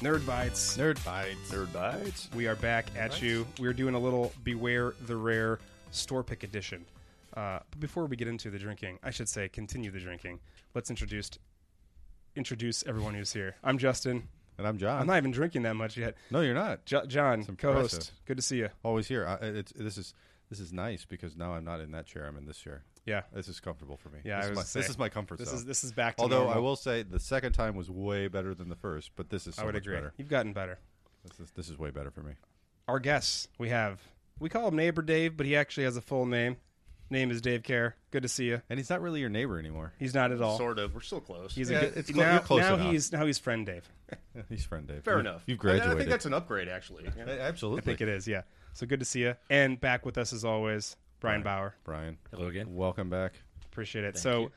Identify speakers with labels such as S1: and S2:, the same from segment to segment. S1: Nerd Bites.
S2: Nerd bites.
S3: Third bites.
S1: We are back at you. We're doing a little Beware the Rare store pick edition. Uh, but before we get into the drinking, I should say continue the drinking. Let's introduce introduce everyone who's here. I'm Justin.
S3: And I'm John.
S1: I'm not even drinking that much yet.
S3: no, you're not.
S1: Jo- John, co-host.
S3: impressive.
S1: Good to see you.
S3: Always here. I, it's, this is this is nice because now I'm not in that chair. I'm in this chair.
S1: Yeah.
S3: This is comfortable for me.
S1: Yeah,
S3: This,
S1: I
S3: is,
S1: was
S3: my,
S1: gonna
S3: this
S1: say,
S3: is my comfort
S1: This
S3: zone.
S1: is this is back to
S3: Although I
S1: normal.
S3: will say the second time was way better than the first, but this is so
S1: I would
S3: much
S1: agree.
S3: better.
S1: You've gotten better.
S3: This is this is way better for me.
S1: Our guests we have. We call him neighbor Dave, but he actually has a full name. Name is Dave Kerr. Good to see you.
S3: And he's not really your neighbor anymore.
S1: He's not at all.
S4: Sort of. We're still close.
S1: He's
S3: Yeah,
S1: a good,
S3: it's clo-
S1: now,
S3: you're close
S1: now
S3: enough.
S1: he's now he's friend Dave.
S3: He's friend Dave.
S4: Fair
S3: You-
S4: enough.
S3: You've
S4: And
S3: graduated.
S4: I think that's an upgrade, actually.
S3: A- Absolutely.
S1: I think it is, yeah. So good to see you. And back with us as always, Brian Bauer.
S3: Brian.
S2: Hello again.
S3: Welcome back.
S1: Appreciate it. so,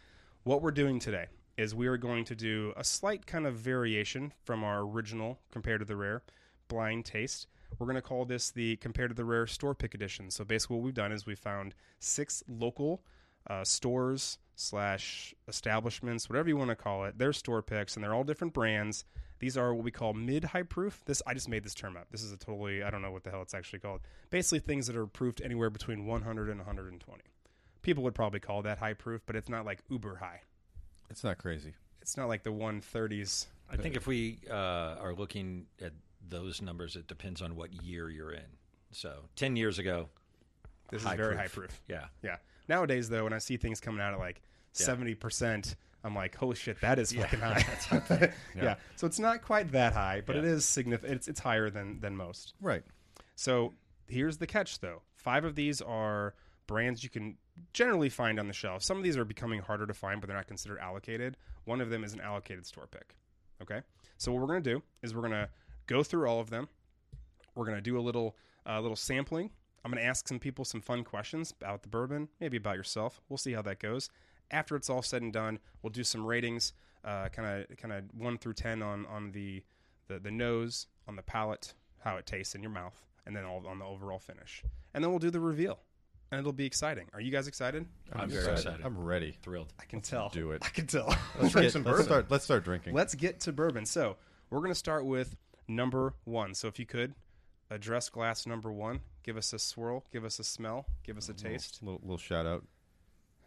S1: what we're doing today is we are going to do a slight kind of variation from our original compared to the rare blind taste. We're going to call this the compared to the rare store pick edition. So basically, what we've done is we found six local uh, stores slash establishments, whatever you want to call it. They're store picks, and they're all different brands. These are what we call mid high proof. This I just made this term up. This is a totally I don't know what the hell it's actually called. Basically, things that are proofed anywhere between 100 and 120 people would probably call that high proof, but it's not like uber high.
S3: It's not crazy.
S1: It's not like the 130s.
S2: I think if we uh, are looking at those numbers, it depends on what year you're in. So ten years ago,
S1: This
S2: High
S1: is very
S2: proof.
S1: high proof.
S2: yeah,
S1: Yeah. Nowadays, though, when I see things coming out at like
S2: Yeah.
S1: 70%, I'm like, holy shit, that is fucking high. yeah. So it's not quite that high, but it
S2: Yeah.
S1: is significant. It's, it's higher than, than most.
S3: Right.
S1: So here's the catch, though. Five of these are brands you can generally find on the shelf. Some of these are becoming harder to find, but they're not considered allocated. One of them is an allocated store pick. Okay. So what we're gonna do is we're gonna go through all of them. We're gonna do a little uh, little sampling. I'm gonna ask some people some fun questions about the bourbon, maybe about yourself. We'll see how that goes. After it's all said and done, we'll do some ratings, kind of kind of one through ten on on the the, the nose, on the palate, how it tastes in your mouth, and then all on the overall finish. And then we'll do the reveal, and it'll be exciting. Are you guys excited?
S2: I'm, very excited.
S3: I'm ready.
S2: thrilled.
S1: I can tell.
S3: do it.
S1: I can tell.
S3: Let's,
S4: drink
S3: get-
S4: some
S3: let's
S4: bourbon.
S3: start. Let's start drinking.
S1: Let's get to bourbon. So we're going to start with number one. So if you could address glass number one, give us a swirl, give us a smell, give us a
S3: Mm-hmm.
S1: taste.
S3: little, little shout out.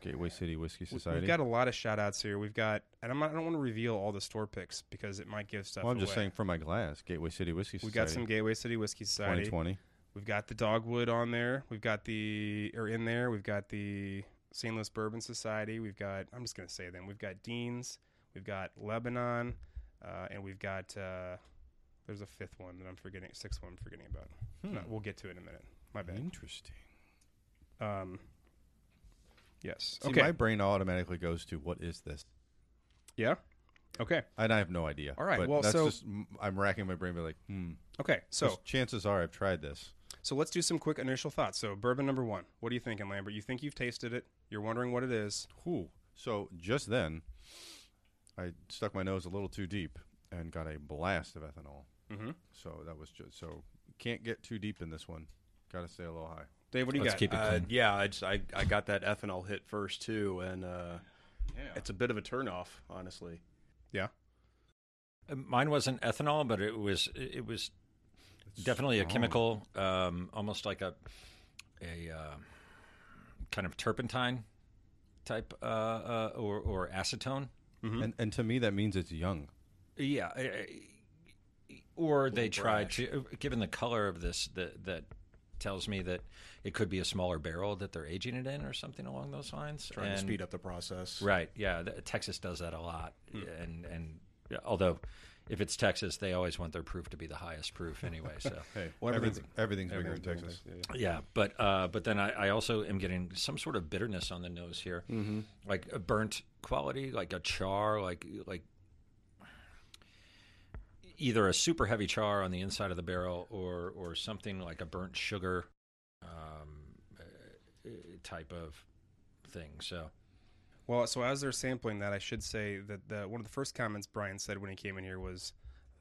S3: Gateway City Whiskey Society.
S1: We've got a lot of shout outs here. We've got, and I'm not, I don't want to reveal all the store picks because it might give stuff
S3: well, I'm just
S1: away.
S3: saying from my glass. Gateway City Whiskey
S1: We've
S3: Society.
S1: got some Gateway City Whiskey Society.
S3: 2020.
S1: We've got the Dogwood on there. We've got the or in there. We've got the St. Louis Bourbon Society. We've got I'm just gonna say them. We've got Dean's. We've got Lebanon, uh, and we've got uh, there's a fifth one that I'm forgetting, sixth one I'm forgetting about.
S2: Hmm.
S1: No, we'll get to it in a minute. My bad.
S3: Interesting.
S2: Hmm.
S1: Um, yes.
S3: See,
S1: okay.
S3: my brain automatically goes to what is this,
S1: yeah. Okay.
S3: and I have no idea.
S1: All right,
S3: But
S1: well,
S3: that's
S1: so-
S3: just m- I'm racking my brain, be like, hmm.
S1: Okay. So
S3: 'Cause chances are I've tried this.
S1: So let's do some quick initial thoughts. So bourbon number one. What are you thinking, Lambert? You think you've tasted it? You're wondering what it is.
S3: Whew. So just then, I stuck my nose a little too deep and got a blast of ethanol.
S1: Mm-hmm.
S3: So that was just so can't get too deep in this one. Got to stay a little high.
S1: Dave, what do you
S2: Let's
S1: got?
S2: keep it
S4: Uh,
S2: clean.
S4: yeah, I, just, I I got that ethanol hit first too, and uh, it's a bit of a turnoff, honestly.
S2: Uh, Mine wasn't ethanol, but it was it was definitely a
S3: strong.
S2: chemical, um, almost like a a uh, kind of turpentine type uh, uh, or or acetone.
S1: Mhm.
S3: And and to me that means it's young.
S2: Yeah, I- I- or they tried
S4: brash.
S2: to. Given the color of this, that that tells me that it could be a smaller barrel that they're aging it in, or something along those lines.
S4: Trying
S2: And-
S4: to speed up Hmm. the process.
S2: Right. Yeah. th- Texas does that a lot. And and yeah, although if it's Texas, they always want their proof to be the highest proof anyway. So
S3: Hey,
S1: Well,
S3: everything's, everything's bigger in
S1: everything's
S3: Texas.
S2: yeah. But uh, but then I, I also am getting some sort of bitterness on the nose here, mm-hmm. like a burnt quality, like a char, like like either a super heavy char on the inside of the barrel or or something like a burnt sugar um, uh, type of thing. So
S1: Well, so as they're sampling that, I should say that the, one of the first comments Brian said when he came in here was,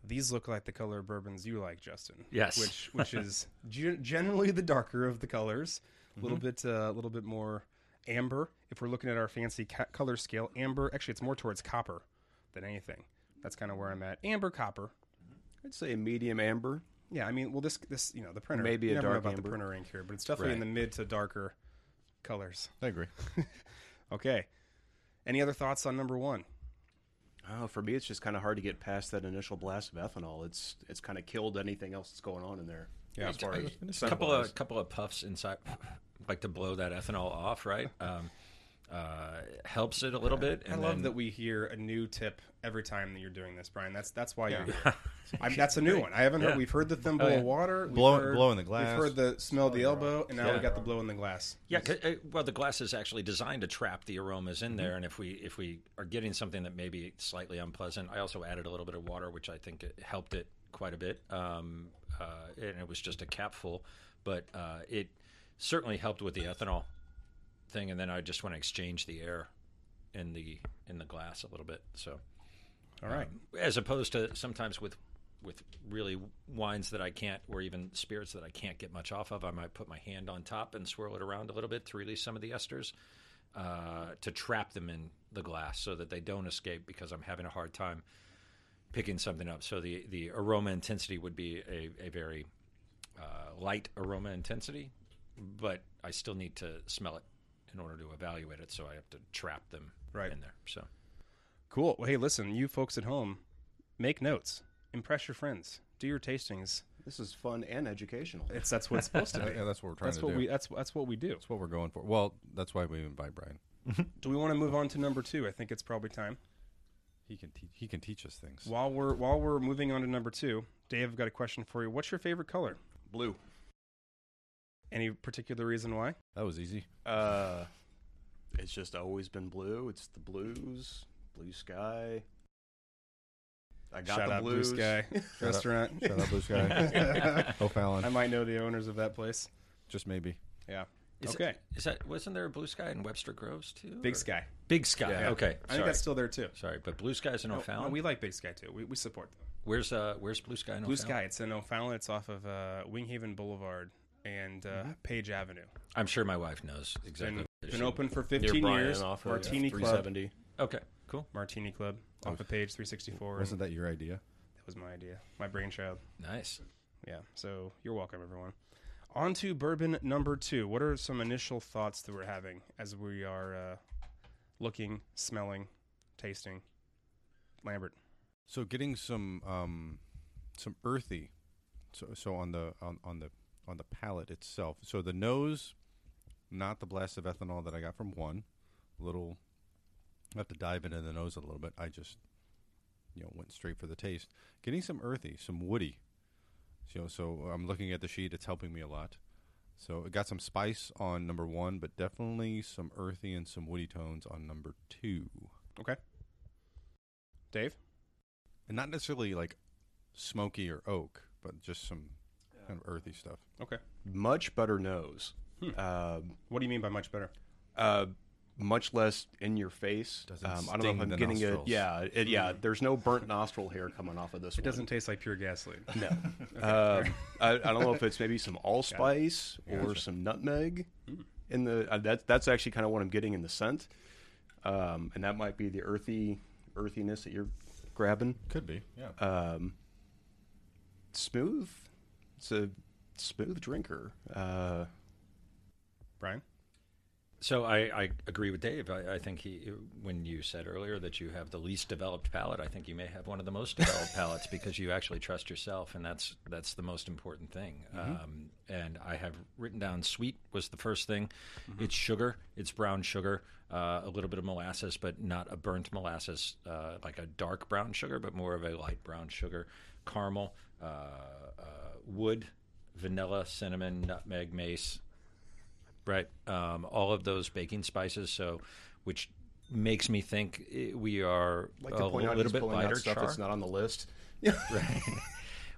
S1: "These look like the color of bourbons you like, Justin."
S2: Yes.
S1: which which is ge- generally the darker of the colors, a little
S4: Mm-hmm.
S1: bit uh, a little bit more amber. If we're looking at our fancy ca- color scale, amber actually it's more towards copper than anything. That's kind of where I'm at. Amber, copper,
S4: I'd say a medium amber.
S1: Yeah, I mean, well, this this you know the printer
S4: Maybe
S1: you
S4: a
S1: never know
S4: dark
S1: about the
S4: amber.
S1: printer ink here, but it's definitely in the
S2: Right.
S1: mid to darker colors.
S3: I agree.
S1: Okay. Any other thoughts on number one?
S4: Oh, for me, it's just kind of hard to get past that initial blast of ethanol. It's it's kind of killed anything else that's going on in there.
S1: Yeah.
S4: as far as
S2: a couple
S4: scent-wise.
S2: of couple of puffs inside, like to blow that ethanol off, right? Um, uh, helps it a little bit.
S1: I
S2: and
S1: love
S2: then-
S1: that we hear a new tip every time that you're doing this, Brian. That's that's why you're here. I mean, that's a new one. I haven't heard.
S2: Yeah.
S1: We've heard the thimble
S2: yeah.
S1: of water, we've
S3: Oh, Blow-
S1: heard-
S3: blow in the glass.
S1: We've heard the smell of the elbow, and now we
S2: Yeah.
S1: got the blow in the glass.
S2: Yeah, 'cause, uh, well, the glass is actually designed to trap the aromas in
S1: Mm-hmm.
S2: there, and if we if we are getting something that may be slightly unpleasant, I also added a little bit of water, which I think it helped it quite a bit. Um, uh, and it was just a capful, but uh, it certainly helped with the ethanol thing. And then I just want to exchange the air in the in the glass a little bit. So Um,
S1: All right.
S2: as opposed to sometimes with with really wines that I can't, or even spirits that I can't get much off of, I might put my hand on top and swirl it around a little bit to release some of the esters uh, to trap them in the glass so that they don't escape because I'm having a hard time picking something up. So the the aroma intensity would be a, a very uh, light aroma intensity, but I still need to smell it in order to evaluate it. So I have to trap them
S1: Right.
S2: in there. So
S1: Cool. Well, hey, listen, you folks at home, make notes, impress your friends, do your tastings.
S4: This is fun and educational.
S1: It's that's what it's supposed to be.
S3: yeah, that's what we're trying
S1: that's
S3: to
S1: what
S3: do.
S1: we that's that's what we do.
S3: that's what we're going for. Well, that's why we invite Brian.
S1: Do we want to move on to number two? I think it's probably time.
S3: He can teach. He can teach us things.
S1: While we're while we're moving on to number two, Dave, I've got a question for you. What's your favorite color?
S4: Blue.
S1: Any particular reason why?
S3: That was easy.
S4: Uh, it's just always been blue. It's the blues, blue sky. I got
S1: Shout
S4: the
S1: out Blue
S4: blues.
S1: Sky
S3: up.
S1: Restaurant.
S3: Shout out Blue Sky. O'Fallon.
S1: I might know the owners of that place.
S3: just maybe.
S1: Yeah.
S2: Is
S1: okay.
S2: It, is that wasn't there a blue sky in Webster Groves too?
S1: Big
S2: or-
S1: Sky.
S2: Big Sky.
S1: Yeah.
S2: Okay.
S1: I think
S2: Sorry.
S1: that's still there too.
S2: Sorry, but Blue Sky's in
S1: No,
S2: O'Fallon.
S1: no, we like Big Sky too. We, we support them.
S2: Where's uh Where's Blue Sky in
S1: Blue
S2: O'Fallon?
S1: Sky. It's in O'Fallon. It's off of uh, Winghaven Boulevard and uh, Page Avenue.
S2: I'm sure my wife knows exactly.
S1: Been,
S2: where
S1: been
S2: she-
S1: open for
S4: Near
S1: 15
S4: Bryan
S1: years.
S4: off of
S1: Martini Club.
S4: 370.
S2: Okay. Cool.
S1: Martini Club off of Page 364.
S3: Wasn't that your idea?
S1: that was my idea, my brainchild.
S2: Nice.
S1: Yeah. So you're welcome, everyone. On to bourbon number two. What are some initial thoughts that we're having as we are uh, looking, smelling, tasting? Lambert.
S3: So getting some um, some earthy. So so on the on, on the on the palate itself. So the nose, not the blast of ethanol that I got from one. Little, I have to dive into the nose a little bit. I just, you know, went straight for the taste. Getting some earthy, some woody. So so I'm looking at the sheet. It's helping me a lot. So it got some spice on number one, but definitely some earthy and some woody tones on number two.
S1: Okay. Dave.
S3: and not necessarily like smoky or oak, but just some kind of earthy stuff.
S1: Okay.
S4: Much better nose.
S1: Hmm.
S4: Um,
S1: What do you mean by much better?
S4: uh, much less in your face.
S3: Doesn't
S4: Um, I don't know
S3: sting
S4: if I'm
S3: the
S4: getting it.
S3: nostrils.
S4: Yeah, it, yeah.
S2: Hmm.
S4: There's no burnt nostril hair coming off of this.
S1: It doesn't taste like pure gasoline.
S4: No. uh, I, I don't know if it's maybe some allspice
S1: Yeah,
S4: or
S1: gotcha.
S4: some nutmeg.
S2: Hmm.
S4: In the uh, that, that's actually kind of what I'm getting in the scent, um, and that might be the earthy earthiness that you're grabbing.
S3: Could be, yeah.
S4: Um, smooth. It's a smooth drinker. Uh,
S1: Brian.
S2: So I, I agree with Dave. I, I think he, when you said earlier that you have the least developed palate, I think you may have one of the most developed palates because you actually trust yourself, and that's that's the most important thing. Um, and I have written down sweet was the first thing. It's sugar. It's brown sugar. Uh, a little bit of molasses, but not a burnt molasses uh, like a dark brown sugar, but more of a light brown sugar. Caramel, uh, uh, wood, vanilla, cinnamon, nutmeg, mace, right? Um, all of those baking spices, so which makes me think eh, we are
S4: like
S2: a
S4: to point out,
S2: little
S4: he's
S2: bit
S4: pulling out
S2: lighter
S4: stuff
S2: char,
S4: that's not on the list.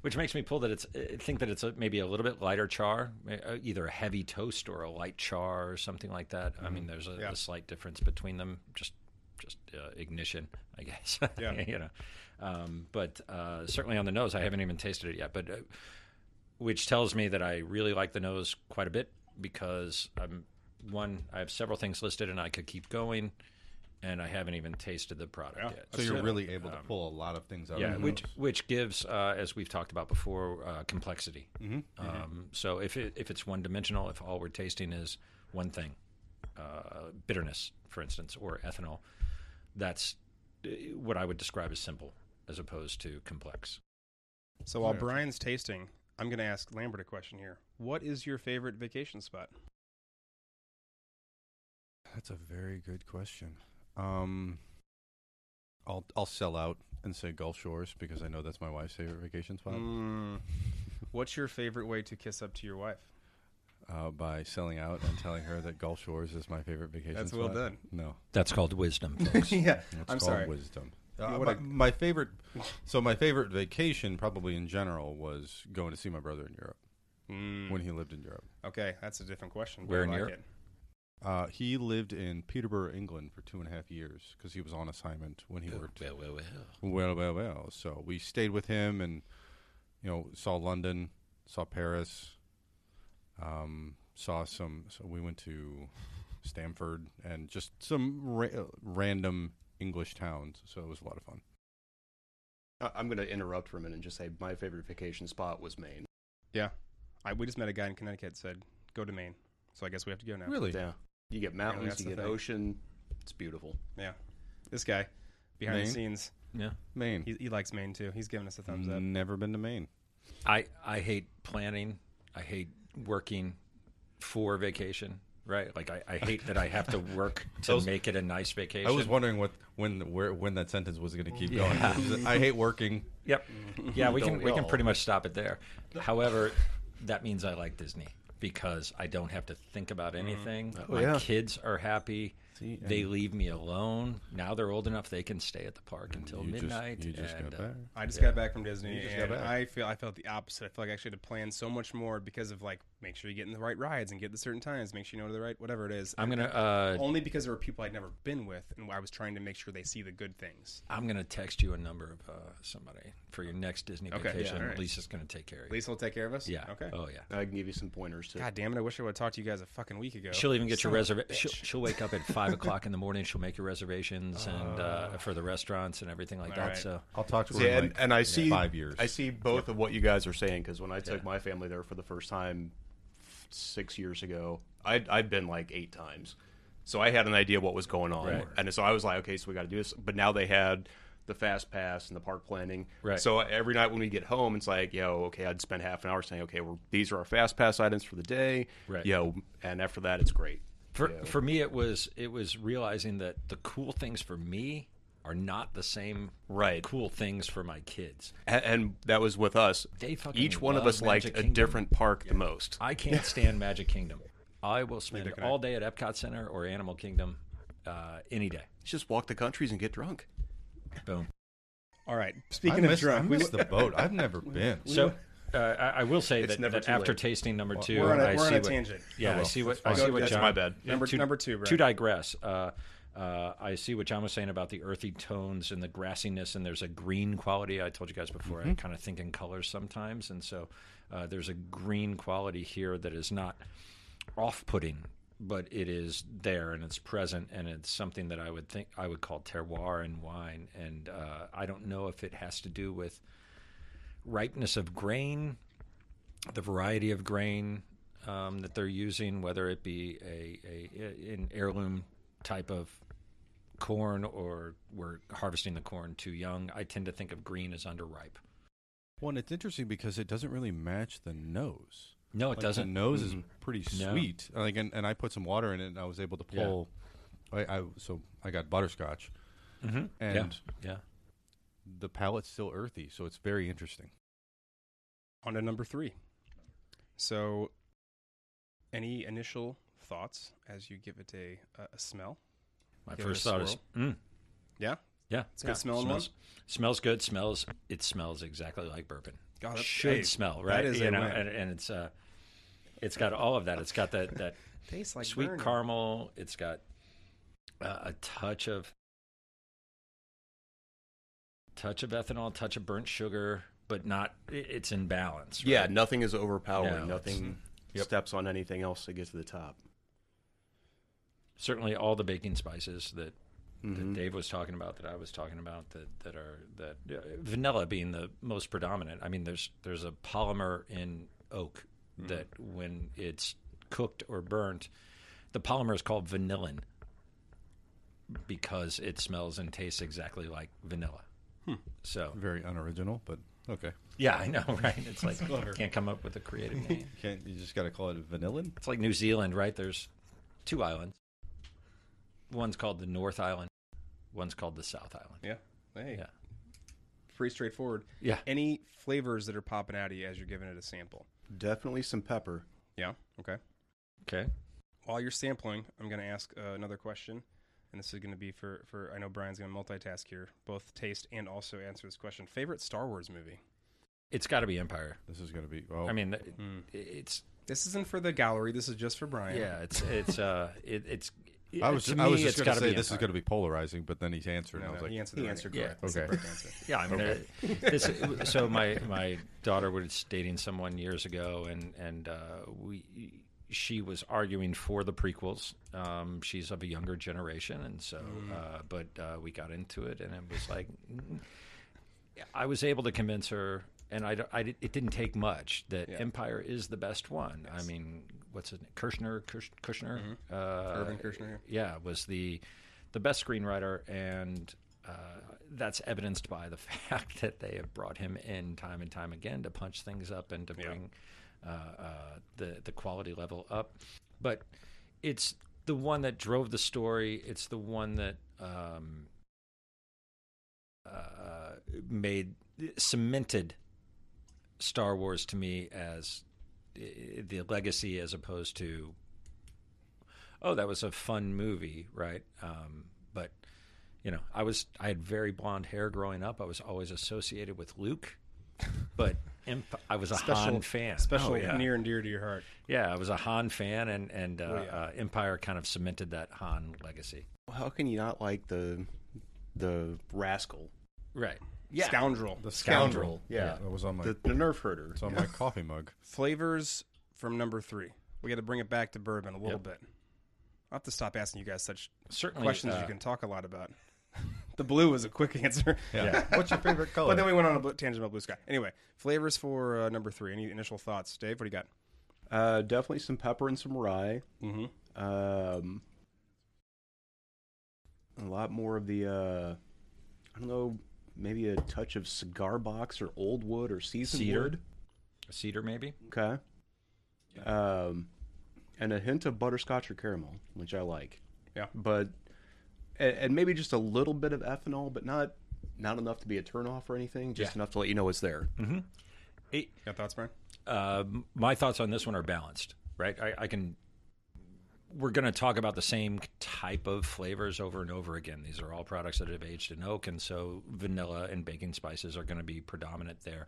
S2: which makes me pull that it's eh, think that it's a, maybe a little bit lighter char, eh, uh, either a heavy toast or a light char or something like that. I mean, there's a,
S1: Yeah.
S2: a slight difference between them, just just uh, ignition, I guess.
S1: Yeah.
S2: you know, um, but uh, certainly on the nose, I haven't even tasted it yet, but. Uh, which tells me that I really like the nose quite a bit because I'm one. I have several things listed, and I could keep going. and I haven't even tasted the product
S1: Yeah.
S2: yet.
S3: So you're really able to
S1: Um,
S3: pull a lot of things out.
S2: yeah,
S3: of
S2: which
S3: those.
S2: which gives, uh, as we've talked about before, uh, complexity. Um, So if it, if it's one dimensional, if all we're tasting is one thing, uh, bitterness, for instance, or ethanol, that's uh, what I would describe as simple, as opposed to complex.
S1: So while
S3: Gotcha.
S1: Brian's tasting, I'm going to ask Lambert a question here. What is your favorite vacation spot?
S3: That's a very good question. Um, I'll I'll sell out and say Gulf Shores because I know that's my wife's favorite vacation spot.
S1: Mm, what's your favorite way to kiss up to your wife?
S3: Uh, by selling out and telling her that Gulf Shores is my favorite vacation.
S1: That's well
S3: spot.
S1: done.
S3: No,
S2: That's called wisdom, folks.
S1: yeah,
S3: it's
S1: I'm
S3: called
S1: sorry.
S3: wisdom.
S1: You
S3: Uh, my,
S1: wanna-
S3: my favorite, so my favorite vacation probably in general was going to see my brother in Europe
S1: Mm,
S3: when he lived in Europe.
S1: okay, that's a different question. but
S2: Where
S1: I
S2: in
S1: like
S2: Europe?
S1: it.
S3: Uh, he lived in Peterborough, England, for two and a half years because he was on assignment when he
S2: well,
S3: worked
S2: well, well.
S3: Well, well, well. So we stayed with him, and you know, saw London, saw Paris, um, saw some. So we went to Stamford and just some ra- random English towns. So it was a lot of fun.
S4: I- I'm going to interrupt for a minute and just say my favorite vacation spot was Maine.
S1: I, we just met a guy in Connecticut said go to Maine, so I guess we have to go now.
S3: Really?
S4: Yeah. You get mountains,
S1: that's
S4: you
S1: the
S4: get
S1: thing.
S4: ocean. It's beautiful.
S1: Yeah, this guy behind the
S3: Maine? Hmm.
S1: scenes,
S2: Yeah.
S3: Maine.
S1: he, he likes Maine too. He's giving us a thumbs up.
S3: Never been to Maine.
S2: I I hate planning. I hate working for vacation. Right, like I, I hate that I have to work to make it a nice vacation.
S3: I was wondering what when where when that sentence was going to keep going. I hate working.
S2: Yep.
S1: Mm-hmm.
S2: Yeah, we
S4: Don't
S2: can
S4: we
S2: we can
S4: all?
S2: pretty much stop it there. However, that means I like Disney because I don't have to think about
S1: Mm-hmm.
S2: anything.
S1: Oh,
S2: My
S4: yeah.
S2: kids are happy. they leave me alone. Now they're old enough they can stay at the park until
S3: You just-
S2: midnight.
S3: you just
S2: and,
S3: got
S2: uh,
S3: back.
S1: I just
S2: Yeah.
S1: got back from Disney,
S3: You just got
S1: and
S3: back.
S1: I feel I felt the opposite. I feel like I should have planned so much more because of like make sure you get in the right rides and get to certain times, make sure you know the right whatever it is.
S2: I'm gonna uh,
S1: Only because there were people I'd never been with, and I was trying to make sure they see the good things.
S2: I'm gonna text you a number of uh, somebody for your next Disney
S1: Okay, yeah,
S2: vacation.
S1: all right.
S2: Lisa's gonna take care of you.
S1: Lisa will take care of us.
S2: Yeah.
S1: Okay.
S2: Oh yeah.
S4: I can give you some pointers too.
S1: God damn it! I wish I would have talked to you guys a fucking week ago.
S2: She'll even get
S1: Son
S2: your
S1: of a
S2: reservation.
S1: bitch.
S2: She'll, she'll wake up at five o'clock in the morning. She'll make your reservations and uh, for the restaurants and everything like
S1: All
S2: that.
S1: right.
S2: So
S3: I'll talk to
S4: See,
S3: her. in
S4: and,
S3: like
S4: and I see
S3: five years.
S4: I see both of what you guys are saying because when I took
S2: Yeah.
S4: my family there for the first time f- six years ago, I'd, I'd been like eight times, so I had an idea what was going on,
S2: Right.
S4: and so I was like, okay, so we got to do this. But now they had the fast pass and the park planning,
S2: Right.
S4: So every night when we get home, it's like, yo, okay, I'd spend half an hour saying, okay, well, these are our fast pass items for the day,
S2: Right.
S4: Yo, and after that, it's great.
S2: For for me, it was it was realizing that the cool things for me are not the same
S4: Right.
S2: cool things for my kids.
S4: A- And that was with us.
S2: They fucking
S4: Each one of
S2: love
S4: us liked
S2: Magic
S4: a
S2: Kingdom.
S4: different park the most.
S2: I can't stand Magic Kingdom. I will spend
S1: can I.
S2: all day at Epcot Center or Animal Kingdom uh, any day.
S4: Just walk the countries and get drunk.
S2: Boom.
S1: All right.
S3: I
S1: Speaking
S3: miss,
S1: of drunk,
S3: I
S1: we,
S3: miss the boat. I've never been.
S2: So uh, I, I will say
S4: It's
S2: that,
S4: never
S2: that
S4: too
S2: after
S4: late.
S2: tasting number 2
S1: we're on a,
S2: I
S1: we're on
S2: see
S1: a
S2: what-
S1: tangent.
S2: Yeah, I see what I
S1: fine.
S2: see what
S1: That's
S2: John.
S4: my bad.
S1: Number-
S2: to,
S1: number two, Brad.
S2: To digress, uh, uh, I see what John was saying about the earthy tones and the grassiness, and there's a green quality. I told you guys before,
S1: Mm-hmm.
S2: I kind of think in colors sometimes, and so uh, there's a green quality here that is not off-putting, but it is there and it's present, and it's something that I would think I would call terroir in wine, and uh, I don't know if it has to do with ripeness of grain, the variety of grain um, that they're using, whether it be a, a an heirloom type of corn or we're harvesting the corn too young. I tend to think of green as underripe.
S3: Well, and it's interesting because it doesn't really match the nose.
S2: No, it
S3: Like, The
S2: doesn't.
S3: nose is
S4: Mhm.
S3: pretty
S2: No.
S3: sweet. Like, and, and I put some water in it, and I was able to
S2: Yeah.
S3: pull. I, I so I got butterscotch,
S2: Mm-hmm.
S3: and
S2: yeah, yeah.
S3: the palate's still earthy, so it's very interesting.
S1: on to number three. So, any initial thoughts as you give it a a, a smell?
S2: My
S1: Give it
S2: first
S1: a
S2: thought is, mm,
S1: Yeah.
S2: yeah,
S1: It's good
S2: yeah,
S1: smelling one?
S2: Smells, smells good. Smells. It smells exactly like bourbon.
S1: God, that's-
S2: Should
S1: hey,
S2: smell
S1: Oh, that
S2: right.
S1: is a
S2: you know,
S1: win.
S2: and, and it's uh, it's got all of that. It's got that that
S1: Tastes like
S2: sweet
S1: burning.
S2: caramel. It's got uh, a touch of touch of ethanol, touch of burnt sugar, but not. it- It's in balance.
S4: Yeah,
S2: right?
S4: nothing is overpowering.
S2: No,
S4: nothing
S2: Yep.
S4: steps on anything else to get to the top.
S2: Certainly, all the baking spices that
S4: Mm-hmm.
S2: that Dave was talking about, that I was talking about, that that are that yeah, vanilla being the most predominant. I mean, there's there's a polymer in oak that when it's cooked or burnt, the polymer is called vanillin because it smells and tastes exactly like vanilla. So
S3: Very unoriginal, but okay.
S2: yeah, I know, right? It's like can't come up with a creative name.
S3: Can't you just got to call it vanillin?
S2: It's like New Zealand, right? There's two islands. One's called the North Island. One's called the South Island.
S1: Yeah. Hey.
S2: Yeah.
S1: Pretty straightforward.
S2: Yeah.
S1: Any flavors that are popping out of you as you're giving it a sample?
S4: Definitely some pepper.
S1: Yeah. Okay.
S2: Okay.
S1: While you're sampling, I'm going to ask uh, another question, and this is going to be for for I know Brian's going to multitask here, both taste and also answer this question. Favorite Star Wars movie?
S2: It's got to be Empire.
S3: This is going to be. Oh,
S2: I mean, th- it's
S1: This isn't for the gallery. This is just for Brian.
S2: yeah, it's it's uh, it, it's.
S3: I was
S2: to
S3: I was
S2: me,
S3: just
S2: it's
S3: going to
S2: gotta
S3: say
S2: be
S3: this is
S2: Empire.
S3: going to be polarizing, but then he's answered,
S1: No,
S3: and I was
S1: no,
S3: like,
S1: he answered.
S4: he
S1: right
S4: answered
S1: answer.
S4: correct.
S1: That's the
S3: Okay.
S1: correct answer.
S2: Yeah, I mean, uh, this, so my my daughter was dating someone years ago, and and uh, we she was arguing for the prequels. Um, she's of a younger generation, and so uh, but uh, we got into it, and it was like mm. I was able to convince her, and I, don't- I di- it didn't take much that Empire is the best one. I mean, what's it, Kirshner, Kirsh, Kushner, uh,
S1: Irvin Kirshner, yeah.
S2: yeah, was the the best screenwriter, and uh, that's evidenced by the fact that they have brought him in time and time again to punch things up and to bring uh, uh, the the quality level up. But it's the one that drove the story. It's the one that um, uh, made cemented Star Wars to me as uh, the legacy, as opposed to oh, that was a fun movie, right? Um, but you know, I was I had very blonde hair growing up. I was always associated with Luke, but imp- I was a Han fan.
S1: Special
S2: Oh, yeah.
S1: near and dear to your heart.
S2: yeah, I was a Han fan, and and uh,
S1: Oh, yeah.
S2: uh, Empire kind of cemented that Han legacy.
S4: How can you not like the the rascal?
S2: Right.
S1: Scoundrel.
S3: the
S2: Scoundrel.
S4: Yeah.
S3: That was on my
S4: The, the nerf herder.
S3: it's on my coffee mug.
S1: Flavors from number three. We got to bring it back to bourbon a little bit. I'll have to stop asking you guys such
S2: Certainly.
S1: questions
S2: uh,
S1: you can talk a lot about. the blue was a quick answer.
S3: Yeah. What's your favorite color?
S1: But then we went on a bl- tangent about blue sky. Anyway, flavors for uh, number three. Any initial thoughts, Dave? What do you got?
S4: Uh, definitely some pepper and some rye.
S1: Mm-hmm.
S4: Um, a lot more of the uh, I don't know, maybe a touch of cigar box or old wood or seasoned
S2: Cedar.
S4: wood.
S2: Cedar, maybe.
S4: Okay. Um, and a hint of butterscotch or caramel, which I like.
S1: Yeah.
S4: But and, and maybe just a little bit of ethanol, but not not enough to be a turnoff or anything. Just
S2: Yeah.
S4: enough to let you know it's there.
S2: It-
S1: Got thoughts, Brian?
S2: uh, my thoughts on this one are balanced, right? I, I can. We're going to talk about the same type of flavors over and over again. These are all products that have aged in oak, and so vanilla and baking spices are going to be predominant there.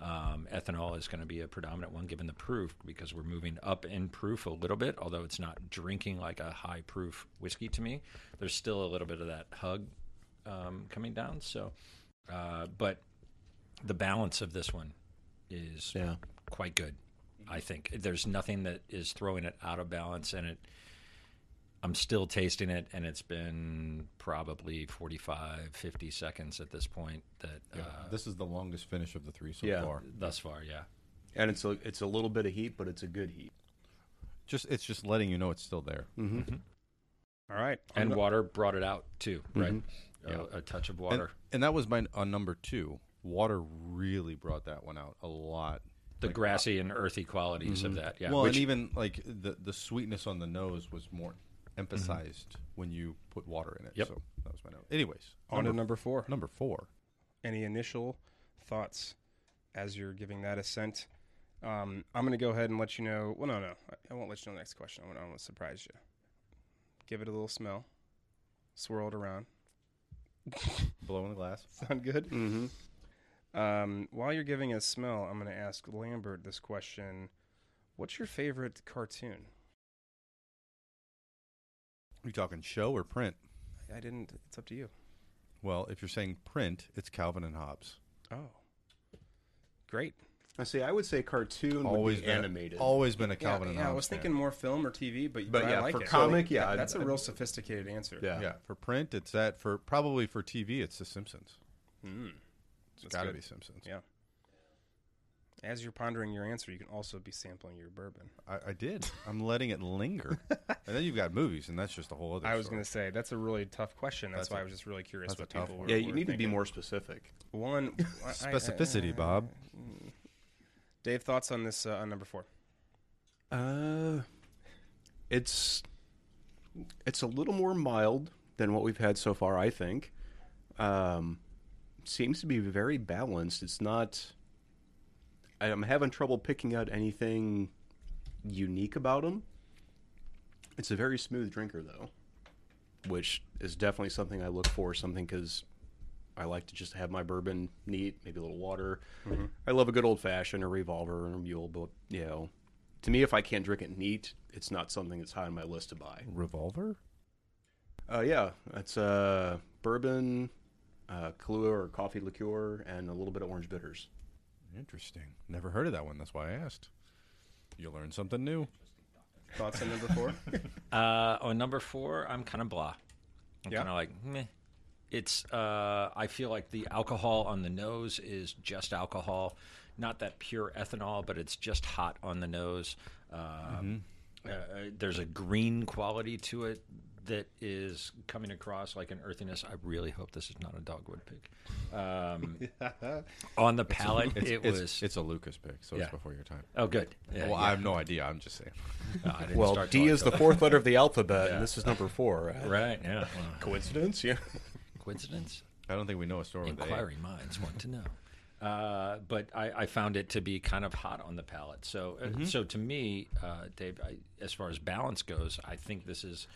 S2: Um, ethanol is going to be a predominant one given the proof because we're moving up in proof a little bit, although it's not drinking like a high proof whiskey to me. There's still a little bit of that hug um, coming down. So, uh, but the balance of this one is
S4: Yeah.
S2: quite good. I think there's nothing that is throwing it out of balance, and it. I'm still tasting it, and it's been probably 45, 50 seconds at this point. That
S3: Yeah,
S2: uh,
S3: this is the longest finish of the three so
S4: Yeah.
S3: far.
S2: thus far, yeah,
S4: And it's a it's a little bit of heat, but it's a good heat. Mm-hmm.
S3: Just it's just letting you know it's still there.
S1: All right.
S2: and
S1: I'm-
S2: water brought it out too, right? A, a touch of
S3: Mm-hmm. And,
S2: water,
S3: and that was my on number two. Water really brought that one out a lot.
S2: the grassy and earthy qualities of that, yeah.
S3: Mm-hmm. well,
S2: which-
S3: and even like the the sweetness on the nose was more emphasized when you put water in it.
S2: Yep.
S3: So that was my note. Anyways,
S1: on to number four.
S3: number four.
S1: Any initial thoughts as you're giving that assent? Um, I'm going to go ahead and let you know. Well, no, no. I, I won't let you know the next question. I won't, I won't surprise you. Give it a little smell. Swirl it around.
S3: Blow in the glass.
S1: Sound good?
S4: Mm-hmm.
S1: Um, while you're giving a smell, I'm going to ask Lambert this question. What's your favorite cartoon?
S3: You talking show or print?
S1: I didn't. It's up to you.
S3: Well, if you're saying print, it's Calvin and Hobbes.
S1: Oh, great.
S4: I see. I would say cartoon
S3: Always
S4: would be
S3: been
S4: animated.
S3: Always been a
S1: yeah,
S3: Calvin and
S1: yeah,
S3: Hobbes.
S1: I was
S3: fan.
S1: thinking more film or TV, but,
S4: But
S1: I
S4: yeah,
S1: like
S4: for
S1: it.
S4: comic, yeah,
S1: That-
S4: I'd-
S1: that's a real sophisticated answer.
S4: yeah.
S3: Yeah, for print, it's that. For probably for TV, it's The Simpsons.
S1: Mm.
S3: It's
S1: That's
S3: got to
S1: good.
S3: be Simpsons.
S1: Yeah. As you're pondering your answer, you can also be sampling your bourbon.
S3: I, I did. I'm letting it linger, and then you've got movies, and that's just a whole other.
S1: I was
S3: story.
S1: going to say that's a really tough question. That's,
S3: That's
S1: why I
S3: a-
S1: was just really curious
S3: that's a
S1: what
S3: tough
S1: people
S3: one.
S1: were.
S4: Yeah, you
S1: were
S4: need to be
S1: thinking.
S4: more specific.
S1: one I- I- uh,
S3: specificity,
S1: I-
S3: Bob.
S1: Dave, thoughts on this uh, on number four?
S4: Uh, it's it's a little more mild than what we've had so far. I think. Um, seems to be very balanced. It's not. I'm having trouble picking out anything unique about them. It's a very smooth drinker though, which is definitely something I look for. Something because I like to just have my bourbon neat, maybe a little water. I love a good old fashioned, a revolver, or a mule, but you know, to me, if I can't drink it neat, it's not something that's high on my list to buy.
S3: Revolver.
S4: Uh, yeah, it's uh, bourbon, uh, Kahlua or coffee liqueur, and a little bit of orange bitters.
S3: Interesting. Never heard of that one. That's why I asked. You learn something new.
S1: Thoughts on number four?
S2: Uh, on number four, I'm kind of blah. I'm
S1: Yeah?
S2: kind of like, meh. It's, uh, I feel like the alcohol on the nose is just alcohol, not that pure ethanol, but it's just hot on the nose. Uh, uh, there's a green quality to it that is coming across like an earthiness. I really hope this is not a dogwood pig. Um, on the palate,
S3: It's,
S2: it
S3: it's-
S2: was.
S3: It's a Lucas pick, so
S2: Yeah.
S3: it's before your time.
S2: oh, good. Yeah,
S3: well,
S2: yeah.
S3: I have no idea. I'm just saying.
S2: No, I didn't
S4: Well,
S2: start
S4: D
S2: till
S4: is the
S2: October.
S4: fourth letter of the alphabet, and this is number four. Right?
S2: Right, yeah. Well,
S4: Coincidence? Yeah.
S2: coincidence?
S3: I don't think we know a store with A.
S2: Inquiry minds want to know. Uh, but I, I found it to be kind of hot on the palate. So, uh, so to me, uh, Dave, I, as far as balance goes, I think this is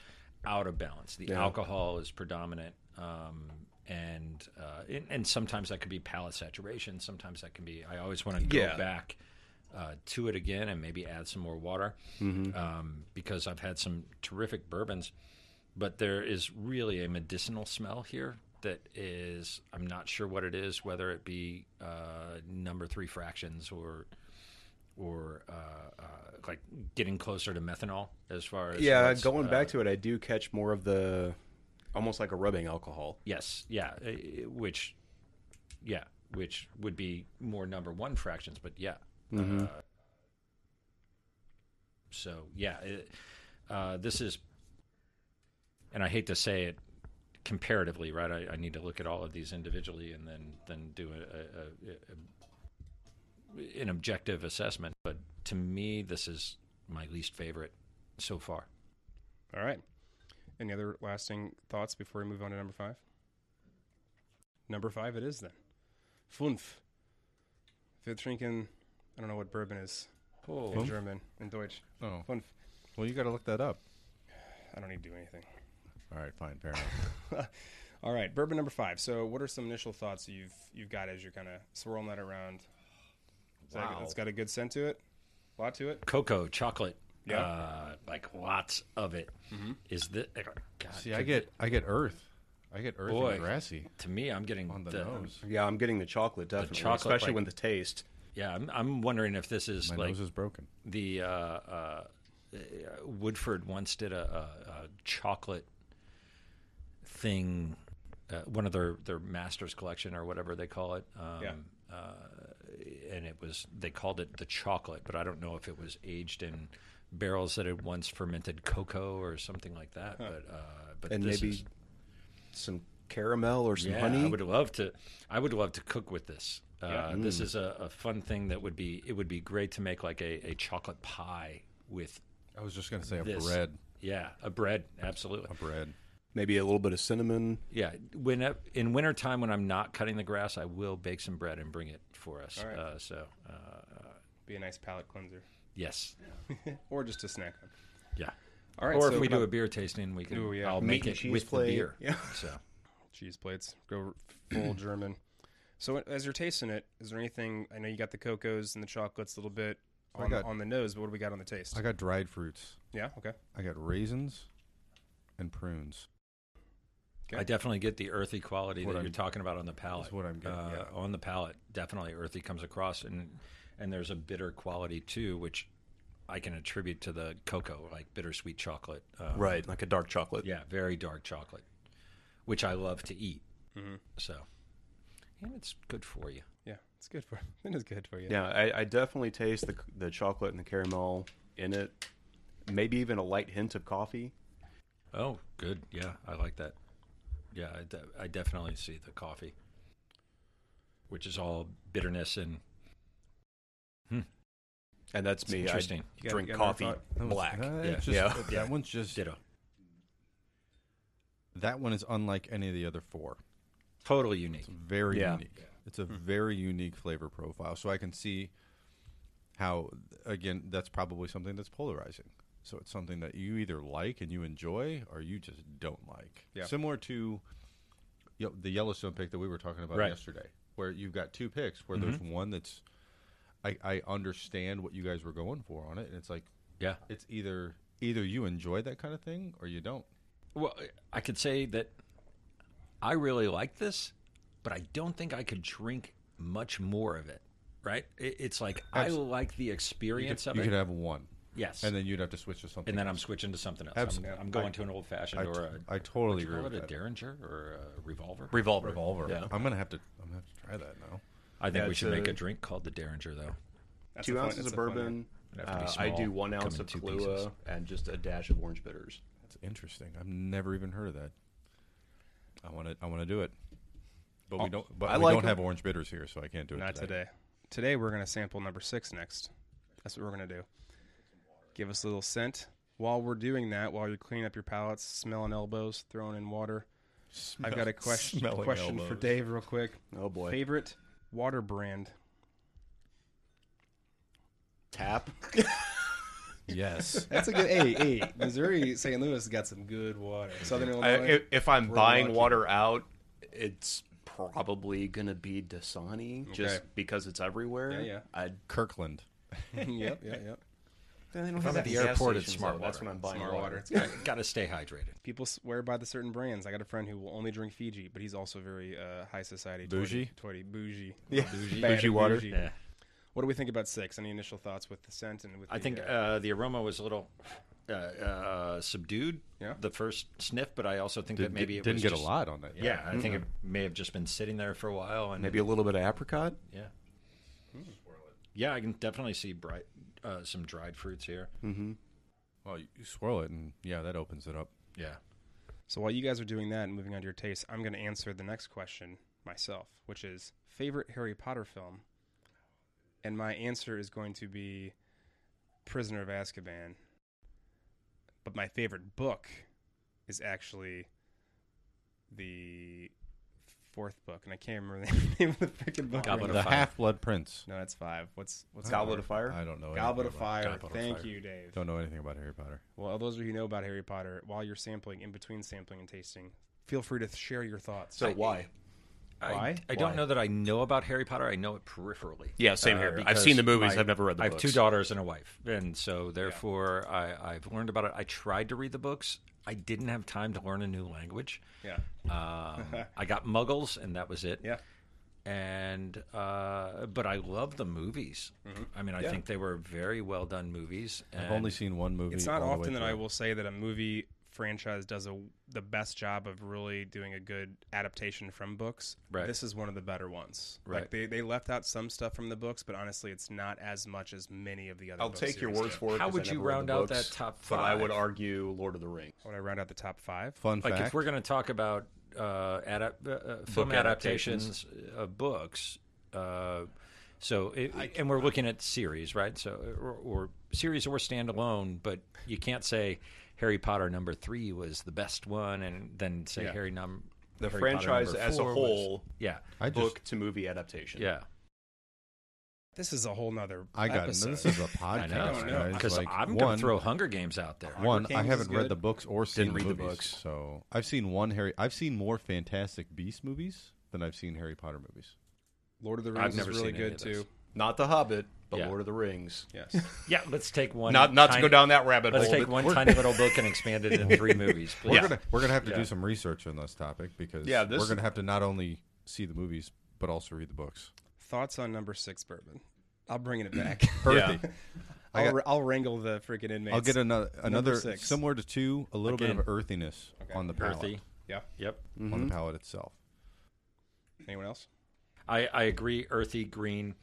S2: out of balance. The alcohol is predominant, um, and, uh, and and sometimes that could be palate saturation. Sometimes that can be. I always want to go
S4: Yeah.
S2: back uh, to it again and maybe add some more water
S4: Mm-hmm.
S2: um, because I've had some terrific bourbons, but there is really a medicinal smell here that is, I'm not sure what it is, whether it be uh, number three fractions or. Or uh, uh, like getting closer to methanol, as far as
S4: Yeah,
S2: what's,
S4: going
S2: uh,
S4: back to it, I do catch more of the almost like a rubbing alcohol.
S2: Yes, yeah, uh, uh, which, yeah, which would be more number one fractions, but yeah. Uh, so yeah, it, uh, this is, and I hate to say it comparatively, right? I, I need to look at all of these individually and then then do a, a, a, a an objective assessment. But to me, this is my least favorite so far.
S1: All right. Any other lasting thoughts before we move on to number five? Number five, it is then. Funf. If you're drinking, I don't know what bourbon is in
S2: Oh,
S1: German, in Deutsch.
S3: Oh,
S1: Funf.
S3: well, you got to look that up.
S1: I don't need to do anything.
S3: All right, fine, fair enough.
S1: All right, bourbon number five. So, what are some initial thoughts you've you've got as you're kind of swirling that around? Is that-
S2: Wow.
S1: it's got a good scent to it, a lot to it.
S2: cocoa, chocolate,
S1: Yeah.
S2: uh, like lots of it. Is this? God,
S3: Mm-hmm. See, I get, I get Earth, I get Earth
S2: Boy.
S3: and grassy
S2: to me, I'm getting
S3: on the, nose.
S4: Yeah, I'm getting the chocolate definitely,
S2: chocolate,
S4: especially
S2: like-
S4: when the taste.
S2: Yeah, I'm, I'm wondering if this is
S3: My
S2: like
S3: nose is broken.
S2: the uh, uh, uh, Woodford once did a, a, a chocolate thing, uh, one of their their masters collection or whatever they call it. Um,
S1: Yeah.
S2: and it was they called it the chocolate, but I don't know if it was aged in barrels that had once fermented cocoa or something like that. But uh, but
S4: And
S2: this
S4: maybe
S2: is-
S4: some caramel or some
S2: yeah,
S4: honey.
S2: I would love to. I would love to cook with this. Uh,
S1: Yeah. Mm.
S2: This is a, a fun thing that would be. It would be great to make like a, a chocolate pie with
S3: I was just gonna say a
S2: this.
S3: bread,
S2: Yeah, a bread. Absolutely.
S3: a bread.
S4: Maybe a little bit of cinnamon.
S2: Yeah. When in wintertime, when I'm not cutting the grass, I will bake some bread and bring it for us.
S1: All right.
S2: Uh, so, uh,
S1: Be a nice palate cleanser,
S2: yes.
S1: or just a snack. on.
S2: Yeah.
S1: All right,
S2: or
S1: so
S2: if we do
S1: about-
S2: a beer tasting, we can.
S1: Ooh, yeah.
S2: I'll
S4: Meat
S2: make
S4: and
S2: it
S4: cheese
S2: with
S4: plate.
S2: the beer.
S4: Yeah.
S2: So
S1: cheese plates. Go full German. So as you're tasting it, is there anything? I know you got the cocos and the chocolates a little bit
S3: I
S1: on,
S3: got-
S1: on the nose, but what do we got on the taste?
S3: I got dried fruits.
S1: yeah, okay.
S3: I got raisins and prunes.
S1: Okay.
S2: I definitely get the earthy quality
S3: What
S2: that
S3: I'm-
S2: you're talking about on the palate.
S3: that's what I'm getting,
S2: Uh, On the palate, definitely earthy comes across, and and there's a bitter quality too, which I can attribute to the cocoa, like bittersweet chocolate. Um,
S4: Right, like a dark chocolate.
S2: Yeah, very dark chocolate, which I love to eat. So, and it's good for you.
S1: Yeah, it's good for it is good for you.
S4: Yeah, I, I definitely taste the the chocolate and the caramel in it. Maybe even a light hint of coffee.
S2: Oh, good. Yeah, I like that. Yeah, I, de- I definitely see the coffee, which is all bitterness and
S4: And that's
S2: It's
S4: me.
S2: interesting.
S1: You
S4: I
S1: got-
S4: drink
S1: you got another
S4: coffee
S1: thought?
S3: That one's-
S4: black.
S3: that-
S2: yeah.
S3: it's
S4: Yeah.
S3: Uh, just-
S2: Yeah.
S3: That one's just
S2: ditto.
S3: that one is unlike any of the other four.
S2: Totally unique.
S3: very
S4: Yeah.
S3: unique. It's a very unique flavor profile. So I can see how again that's probably something that's polarizing. So it's something that you either like and you enjoy or you just don't like.
S1: Yeah.
S3: Similar to you know, the Yellowstone pick that we were talking about
S2: Right. Mm-hmm.
S3: yesterday where you've got two picks where there's one that's I, I understand what you guys were going for on it and it's like
S2: Yeah.
S3: it's either either you enjoy that kind of thing or you don't.
S2: Well, I could say that I really like this, but I don't think I could drink much more of it. Right? It, it's like I like the experience
S3: you
S2: of
S3: could
S2: it.
S3: have one
S2: yes.
S3: and then you'd have to switch to something
S2: and then I'm switching to something else.
S3: Absol-
S2: I'm, I'm going to an old fashioned
S3: I,
S2: or a
S3: t- I totally agree
S2: call
S3: with
S2: it a
S3: that.
S2: derringer or a revolver.
S4: Revolver.
S3: revolver.
S4: Yeah.
S3: I'm gonna have to. I'm gonna have to try that now.
S2: I think
S4: Yeah,
S2: we
S4: it's
S2: should make
S4: a-
S2: a drink called the derringer, though.
S1: That's
S4: Two
S1: a fun-
S4: ounces
S1: that's
S4: of
S1: a fun one.
S4: bourbon.
S2: It'd have to be
S4: uh, I
S2: small,
S4: do one
S2: come
S4: ounce
S2: in
S4: of
S2: two
S4: Kahlua
S2: pieces.
S4: and just a dash of orange bitters.
S3: That's interesting. I've never even heard of that. I want to. I want to do it. But
S2: Oh,
S3: we don't. But
S4: I
S3: we
S4: like
S3: don't
S4: 'em.
S3: have orange bitters here, so I can't do it.
S1: Not today. Today we're gonna sample number six next. That's what we're gonna do. Give us a little scent. While we're doing that, while you're cleaning up your palates, smelling elbows, throwing in water, I've got a question
S3: smelling
S1: question for
S3: elbows.
S1: Dave real quick.
S4: Oh boy.
S1: Favorite water brand?
S4: Tap.
S3: Yes.
S1: That's a good. hey, hey, Missouri, St. Louis has got some good water. Southern
S4: I,
S1: Illinois.
S4: if, if I'm
S1: We're
S4: buying
S1: lucky.
S4: water out, it's probably gonna be Dasani just
S1: Okay.
S4: because it's everywhere.
S1: Yeah, yeah.
S4: I'd
S3: Kirkland.
S1: yep, yep, yep.
S4: they don't
S2: I'm at the airport, it's smart
S4: That's
S2: water.
S4: when I'm buying
S1: Smart water.
S4: water.
S1: It's got-
S2: Got to stay hydrated.
S1: people swear by the certain brands. I got a friend who will only drink Fiji, but he's also very uh, high society,
S3: Bougie?
S1: toity, toity bougie.
S3: Yeah.
S1: Bougie,
S4: Bougie water.
S2: Yeah.
S1: What do we think about six? Any initial thoughts with the scent and with?
S2: I
S1: the,
S2: think
S1: uh,
S2: uh, the aroma was a little uh, uh, subdued
S1: Yeah.
S2: the first sniff, but I also think
S3: Didn't,
S2: that maybe it
S3: didn't
S2: was
S3: get
S2: just-
S3: a lot on that.
S2: Yeah, I think it may have just been sitting there for a while, and
S4: Maybe a little bit of apricot.
S2: yeah, Hmm. yeah, I can definitely see bright uh, some dried fruits here.
S4: Mm-hmm.
S3: Well, you, you swirl it, and yeah, that opens it up.
S2: Yeah,
S1: so while you guys are doing that and moving on to your taste, I'm going to answer the next question myself, which is favorite Harry Potter film. And my answer is going to be Prisoner of Azkaban. But my favorite book is actually the fourth book, and I can't remember the name of the freaking book.
S2: Goblet
S1: right
S3: the
S2: of
S1: now.
S2: Fire.
S3: Half Blood Prince.
S1: no, that's five. What's what's
S4: Goblet of Fire.
S3: I don't know.
S1: Goblet
S3: anything
S1: of
S3: about-
S1: Fire.
S2: Goblet of
S1: Thank
S2: Fire.
S1: you, Dave.
S3: Don't know anything about Harry Potter.
S1: Well, those of you who know about Harry Potter, while you're sampling, in between sampling and tasting, feel free to share your thoughts.
S4: So why?
S2: I-
S1: Why?
S2: I, don't
S3: Why?
S2: know that I know about Harry Potter. I know it peripherally.
S4: Yeah, same here. I've seen the
S2: because
S4: movies, I've never read the
S2: I have two
S4: books.
S2: daughters and a wife, and so therefore I, I've learned about it. I tried to read the books. I didn't have time to learn a new language.
S1: yeah,
S2: Um, I got Muggles, and that was it.
S1: yeah,
S2: and uh, but I love the movies.
S4: Mm-hmm.
S2: I mean, I think they were very well done movies. And
S3: I've only seen one movie.
S1: it's not
S3: all the way
S1: often that I
S3: through.
S1: will say that a movie franchise does a, the best job of really doing a good adaptation from books.
S2: Right.
S1: This is one of the better ones. Like
S2: Right.
S1: they, they left out some stuff from the books, but honestly, it's not as much as many of the other.
S4: I'll
S1: book
S4: take your
S1: series
S4: words
S1: do.
S4: for it.
S2: How
S4: 'cause
S2: would
S4: I
S2: you
S4: never read the
S2: round out
S4: books,
S2: that top
S4: But I
S2: five?
S4: would argue Lord of the Rings.
S1: Would I round out the top five?
S3: Fun
S2: like
S3: fact.
S2: if we're going to talk about uh, adap- uh, uh, film adaptations of books. Uh, so, it, and we're looking at series, right? So, or, or series or standalone, but you can't say Harry Potter number three was the best one, and then say
S1: Yeah.
S2: Harry num
S4: The
S2: Harry Potter
S4: franchise
S2: number
S4: as a
S2: four was-
S4: whole,
S2: yeah,
S3: I just-
S4: book to movie adaptation.
S2: yeah.
S1: This is a whole nother.
S3: I got
S1: episode.
S3: this is a
S2: I
S3: podcast,
S1: don't
S2: know
S1: know.
S3: guys.
S2: because
S3: Like,
S2: I'm
S3: one,
S2: going to throw Hunger Games out there.
S1: Hunger
S3: one.
S1: Games
S3: I
S1: is
S3: haven't
S1: good.
S3: read the books or seen
S4: read the
S3: movies,
S4: books.
S3: so I've seen one Harry. I've seen more Fantastic Beast movies than I've seen Harry Potter movies.
S1: Lord of the Rings
S2: I've
S1: is
S2: never
S1: really
S2: seen any
S1: good
S2: of those.
S1: too.
S4: Not The Hobbit, but
S2: Yeah.
S4: Lord of the Rings.
S1: Yes.
S2: Yeah, let's take one.
S4: Not not
S2: tiny-
S4: to go down that rabbit
S2: Let's
S4: hole.
S2: take
S4: but
S2: one
S4: we're-
S2: tiny little book and expand it into three movies. Please.
S3: We're
S4: Yeah.
S3: gonna we're gonna have to
S2: Yeah.
S3: do some research on this topic because
S4: Yeah, this-
S3: we're gonna have to not only see the movies but also read the books.
S1: Thoughts on number six bourbon? I'm bringing it back.
S3: Earthy.
S1: I'll,
S3: got-
S1: wr- I'll wrangle the freaking inmates.
S3: I'll get another another
S1: six.
S3: similar to two, a little bit
S2: Again.
S3: of earthiness on the palate,
S2: Earthy. Mm-hmm.
S1: Yeah.
S2: Yep.
S3: on the palate itself.
S1: Anyone else?
S2: I, I agree. Earthy, green,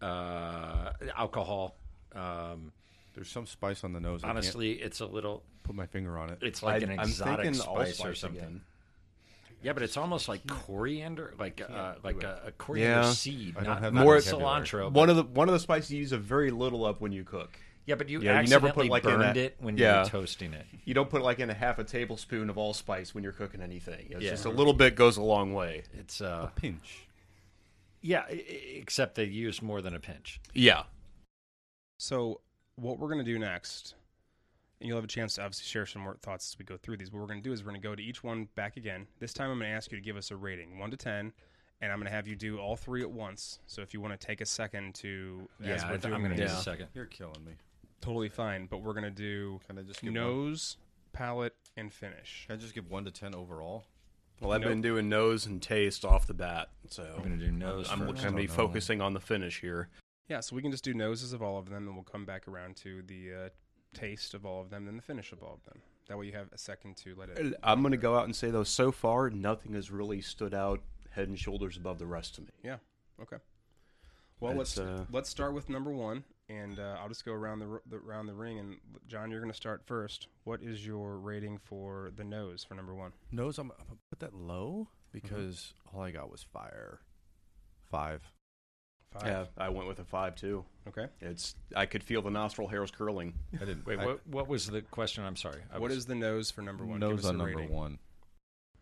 S2: uh, alcohol. Um,
S3: There's some spice on the nose. I
S2: honestly, it's a little.
S3: can't put my finger on it.
S2: It's like
S4: I-
S2: an
S4: I'm
S2: exotic
S4: thinking
S2: spice or
S4: allspice
S2: something.
S4: again.
S2: Yeah, but it's almost like coriander, like uh, like a, a
S4: Yeah.
S2: coriander seed,
S3: I don't
S2: not,
S3: have
S2: not
S3: that vocabulary.
S2: cilantro. but-
S4: One of the one of the spices you use a very little of when you cook.
S2: yeah, but you
S4: Yeah, you never
S2: accidentally
S4: put, like, in
S2: burned
S4: a-
S2: it when you
S4: Yeah.
S2: were toasting it.
S4: You don't put like in a half a tablespoon of allspice when you're cooking anything. It's
S2: Yeah.
S4: just a little bit goes a long way.
S2: It's uh,
S3: Pinch.
S2: yeah, e- e- except they used more than a pinch.
S4: Yeah.
S1: So what we're gonna do next, and you'll have a chance to obviously share some more thoughts as we go through these. What we're gonna do is we're gonna go to each one back again. This time I'm gonna ask you to give us a rating, one to ten, and I'm gonna have you do all three at once. So if you want to take a second to, as
S2: I
S1: we're
S2: th- I'm
S1: doing
S2: going to
S1: these,
S2: do
S4: Yeah.
S2: a second.
S3: You're killing me.
S1: totally fine. But we're gonna do
S3: Can I just give one?
S1: nose, palate, and finish.
S3: Can I just give one to ten overall?
S4: Well, I've been doing nose and taste off the bat, so
S2: I'm going to do nose
S4: I'm
S2: first.
S4: going to be focusing on the finish here.
S1: Yeah, so we can just do noses of all of them, and we'll come back around to the uh, taste of all of them, then the finish of all of them. That way, you have a second to let it.
S4: I'm going to go out and say though, so far nothing has really stood out head and shoulders above the rest to me.
S1: Yeah. Okay. Well, let's
S4: It's, uh,
S1: let's start with number one, and uh, I'll just go around the, r- the around the ring. And John, you're going to start first. What is your rating for the nose for number one?
S3: Nose. I'm, I'm gonna put that low because all I got was fire. Five.
S1: Five.
S4: Yeah, I went with a five too.
S1: Okay.
S4: It's I could feel the nostril hairs curling.
S3: I didn't.
S2: Wait,
S3: I-
S2: what, what was the question? I'm sorry. I
S1: What
S2: was-
S1: is the nose for number one? Give
S3: Nose
S1: us a
S3: on number
S1: rating.
S3: one.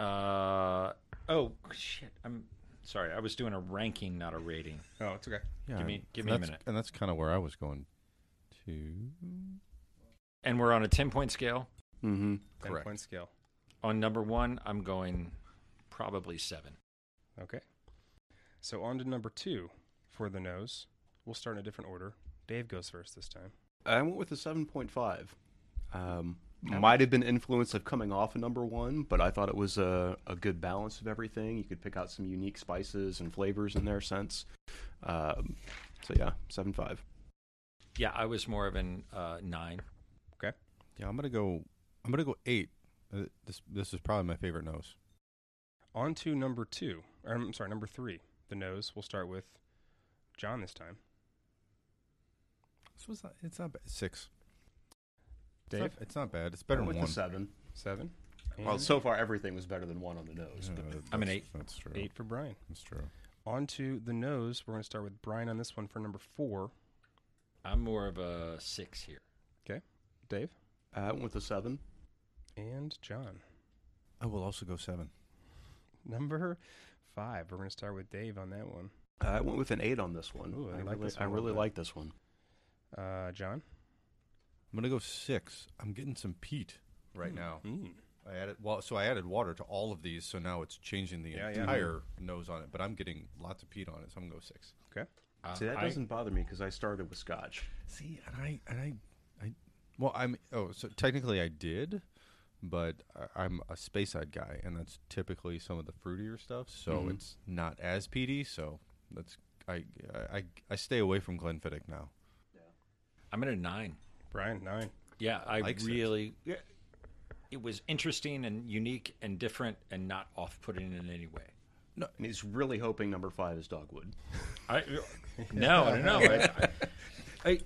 S2: Uh, oh shit! I'm sorry. I was doing a ranking, not a rating.
S1: Oh, it's okay.
S3: Yeah.
S2: Give me-
S3: and
S2: give me a
S3: that's-
S2: minute.
S3: And that's kind of where I was going. Two.
S2: And we're on a ten point scale.
S4: Mm-hmm.
S1: Ten
S3: Correct.
S1: point scale.
S2: On number one, I'm going probably seven.
S1: Okay. So on to number two for the nose. We'll start in a different order. Dave goes first this time.
S4: I went with a 7.5. Um, Might have been influence of coming off a number one, but I thought it was a, a good balance of everything. You could pick out some unique spices and flavors in their sense. Um, so yeah, 7.5.
S2: Yeah, I was more of an uh, nine.
S3: Yeah, I'm gonna go. I'm gonna go eight. Uh, this this is probably my favorite nose.
S1: On to number two. Or, I'm sorry, number three. The nose. We'll start with John this time.
S3: This was not, it's not bad. Six. It's not,
S1: Dave,
S3: it's not bad. It's better than
S4: I went
S3: one.
S4: with a seven.
S1: seven.
S4: Well,
S1: And
S4: so far everything was better than one on the nose.
S3: Yeah,
S4: but-
S2: I'm an
S3: that's-
S2: eight.
S3: That's true.
S1: eight for Brian.
S3: That's true.
S1: On to the nose. We're going to start with Brian on this one for number four.
S2: I'm more of a six here.
S1: Dave
S4: uh, I went with a seven.
S1: and John.
S3: I will also go seven.
S1: Number five. We're going to start with Dave on that one.
S4: I went with an eight on this one.
S1: Ooh, I
S4: I,
S1: like
S4: really,
S1: this
S4: I
S1: one a
S4: really
S1: lot.
S4: like this one.
S1: Uh, John.
S3: I'm gonna go six. I'm getting some peat right now.
S4: Hmm.
S1: Mm.
S3: I added well, so I added water to all of these, so now it's changing the
S1: Yeah, yeah.
S3: entire nose on it. But I'm getting lots of peat on it, so I'm gonna go six.
S1: Okay.
S2: Uh,
S4: See, that
S2: I-
S4: doesn't bother me because I started with scotch.
S3: See, and I and I, I well, I'm oh, so technically I did, but I- I'm a space side guy, and that's typically some of the fruitier stuff. So
S4: Mhm.
S3: it's not as peaty. So that's I I I stay away from Glenfiddich now.
S2: I'm at a nine.
S1: Brian nine.
S2: Yeah, I
S3: like six.
S2: really. yeah, It was interesting and unique and different and not off-putting in any way.
S4: And he's really hoping number five is dogwood.
S2: I no, no, no. I, I, I-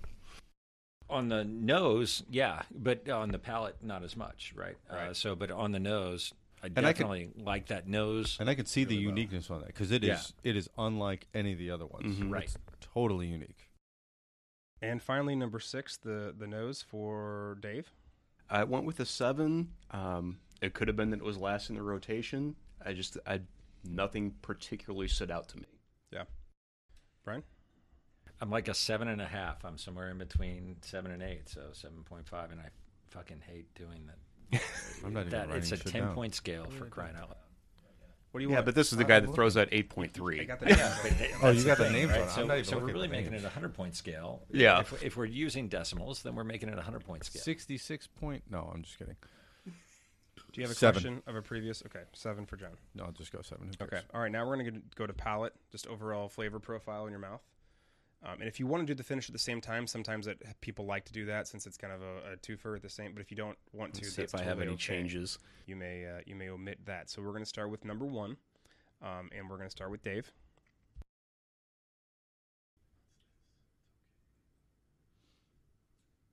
S2: on the nose, yeah, but on the palate, not as much, right? Uh,
S1: Right.
S2: so, but on the nose, I
S3: I could-
S2: definitely like that nose.
S3: And I can see the
S2: Really well.
S3: uniqueness on that because it is
S2: Yeah. Mm-hmm.
S3: it is unlike any of the other ones.
S4: Mhm.
S2: Right.
S3: It's totally unique.
S1: And finally, number six. The the nose for Dave.
S4: I went with a seven. Um, it could have been that it was last in the rotation. I just, I nothing particularly stood out to me.
S1: Yeah. Brian.
S2: I'm like a seven and a half. I'm somewhere in between seven and eight, so seven point five. And I fucking hate doing that.
S3: I'm not even
S2: that
S3: writing
S2: it's a
S3: shit
S2: ten
S3: down.
S2: point scale for crying out loud.
S1: What do you
S4: Yeah,
S1: want?
S4: but this is the guy that throws out eight point three.
S1: I got that.
S2: Yeah, but th-
S3: Oh,
S2: that's
S3: you got the
S2: thing,
S3: names
S2: right?
S3: on it. I'm
S2: So,
S3: not even
S2: so we're
S3: looking at
S2: really
S3: the
S2: making
S3: names.
S2: it a hundred point scale.
S4: Yeah.
S2: If, if we're using decimals, then we're making it a hundred point scale.
S3: Sixty-six point. No, I'm just kidding.
S1: do you have a
S3: Seven.
S1: question of a previous? Okay, seven for John.
S3: No, I'll just go seven. Who cares?
S1: Okay. All right. Now we're going to go to palate, just overall flavor profile in your mouth. Um, and if you want to do the finish at the same time, sometimes that people like to do that since it's kind of a, a twofer at the same. But if you don't want to,
S4: Let's see
S1: that's
S4: if I have
S1: totally
S4: any
S1: okay.
S4: changes.
S1: you may uh, you may omit that. So we're going to start with number one, um, and we're going to start with Dave.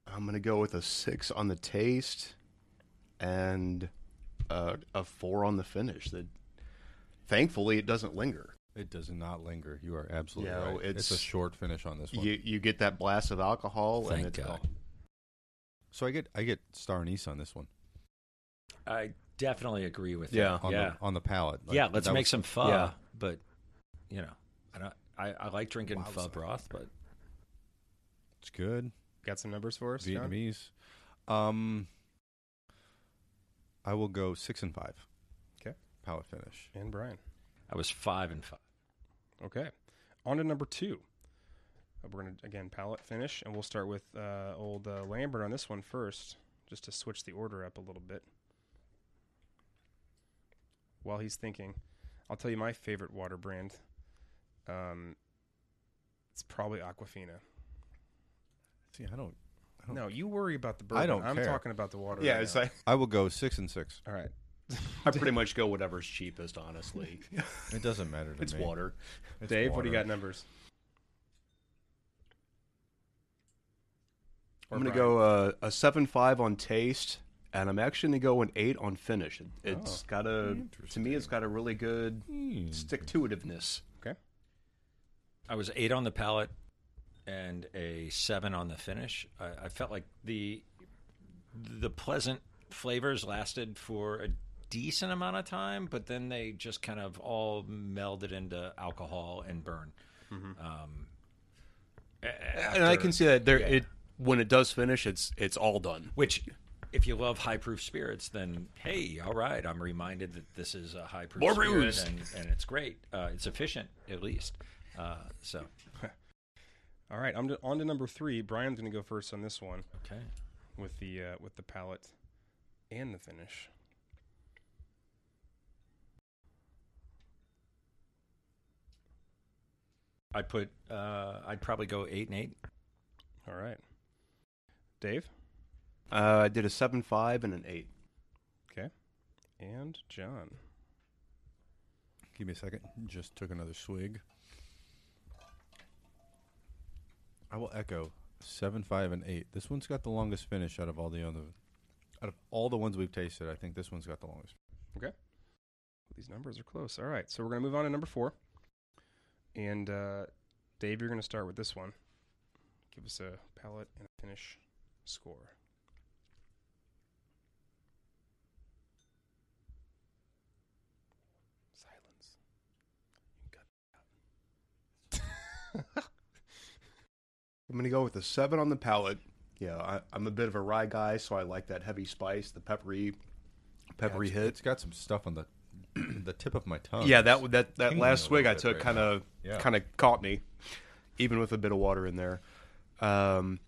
S4: I'm gonna go with a six on the taste, and uh, a four on the finish. That thankfully it doesn't linger.
S3: It does not linger. You are absolutely
S4: No,
S3: right. It's, a
S4: it's-
S3: short finish on this one.
S4: You you get that blast of alcohol,
S2: Thank
S4: and it's
S2: God.
S4: gone.
S3: so I get I get star anise on this one.
S2: I definitely agree with
S4: Yeah.
S2: that.
S3: On
S2: yeah.
S3: the on the palate. Like,
S2: yeah, let's
S3: that
S2: make
S3: was-
S2: some pho.
S4: yeah.
S2: But you know, I don't. I, I like drinking pho
S3: Wowza.
S2: broth, but
S3: It's good.
S1: Got some numbers for us, John?
S3: Vietnamese. Um, I will go six and five.
S1: 'Kay.
S3: Palate finish.
S1: and Brian.
S2: I was five and five.
S1: Okay, on to number two. Uh, We're going to again palette finish, and we'll start with uh, old uh, Lambert on this one first, just to switch the order up a little bit. While he's thinking, I'll tell you my favorite water brand. Um, it's probably Aquafina.
S3: See, I don't. I don't
S1: No, you worry about the bourbon.
S3: don't
S1: I'm
S3: care.
S1: talking about the water. right now.
S4: like
S3: I will go six and six.
S1: all right.
S4: I pretty much go whatever's cheapest. Honestly,
S3: It doesn't matter to
S4: it's
S3: me.
S4: water.
S3: It's
S1: Dave, what do you got
S3: water.
S1: numbers? Or
S4: I'm gonna
S1: Brian?
S4: go uh, a seven five on taste, and I'm actually gonna go an eight on finish. It, it's got a to me, it's got a really good
S3: Hmm.
S4: stick to itiveness.
S2: I was eight on the palate and a seven on the finish. I, I felt like the the pleasant flavors lasted for a decent amount of time, but then they just kind of all melded into alcohol and burn. Um, a- a-
S4: And I
S2: after-
S4: can see that there
S2: yeah.
S4: it when it does finish, it's it's all done.
S2: which. If you love high proof spirits, then hey, all right. I'm reminded that this is a high proof
S4: More
S2: spirit,
S4: booze.
S2: and, and it's great. Uh, it's efficient, at least. Uh, so
S1: All right, I'm to, on to number three. Brian's going to go first on this one
S2: okay.
S1: with the uh, with the palette and the finish.
S2: I put. Uh, I'd probably go eight and eight.
S1: All right, Dave
S4: Uh, I did a seven five and an eight.
S1: and John.
S3: Give me a second. Just took another swig. I will echo seven, five, and eight. This one's got the longest finish out of all the other, out of all the ones we've tasted. I think this one's got the longest.
S1: These numbers are close. All right, so we're going to move on to number four, and uh, Dave, you're going to start with this one. Give us a palette and a finish score. Silence. You can cut that out.
S4: I'm gonna go with a seven on the palate. Yeah, I, I'm a bit of a rye guy, so I like that heavy spice, the peppery, peppery
S3: Yeah, it's-
S4: hit.
S3: It's got some stuff on the the tip of my tongue.
S4: yeah,
S3: It's
S4: that that that
S3: tingling a
S4: last swig
S3: little
S4: I
S3: bit
S4: took
S3: right
S4: kind of
S3: now. Yeah.
S4: kind of caught me, even with a bit of water in there. Um,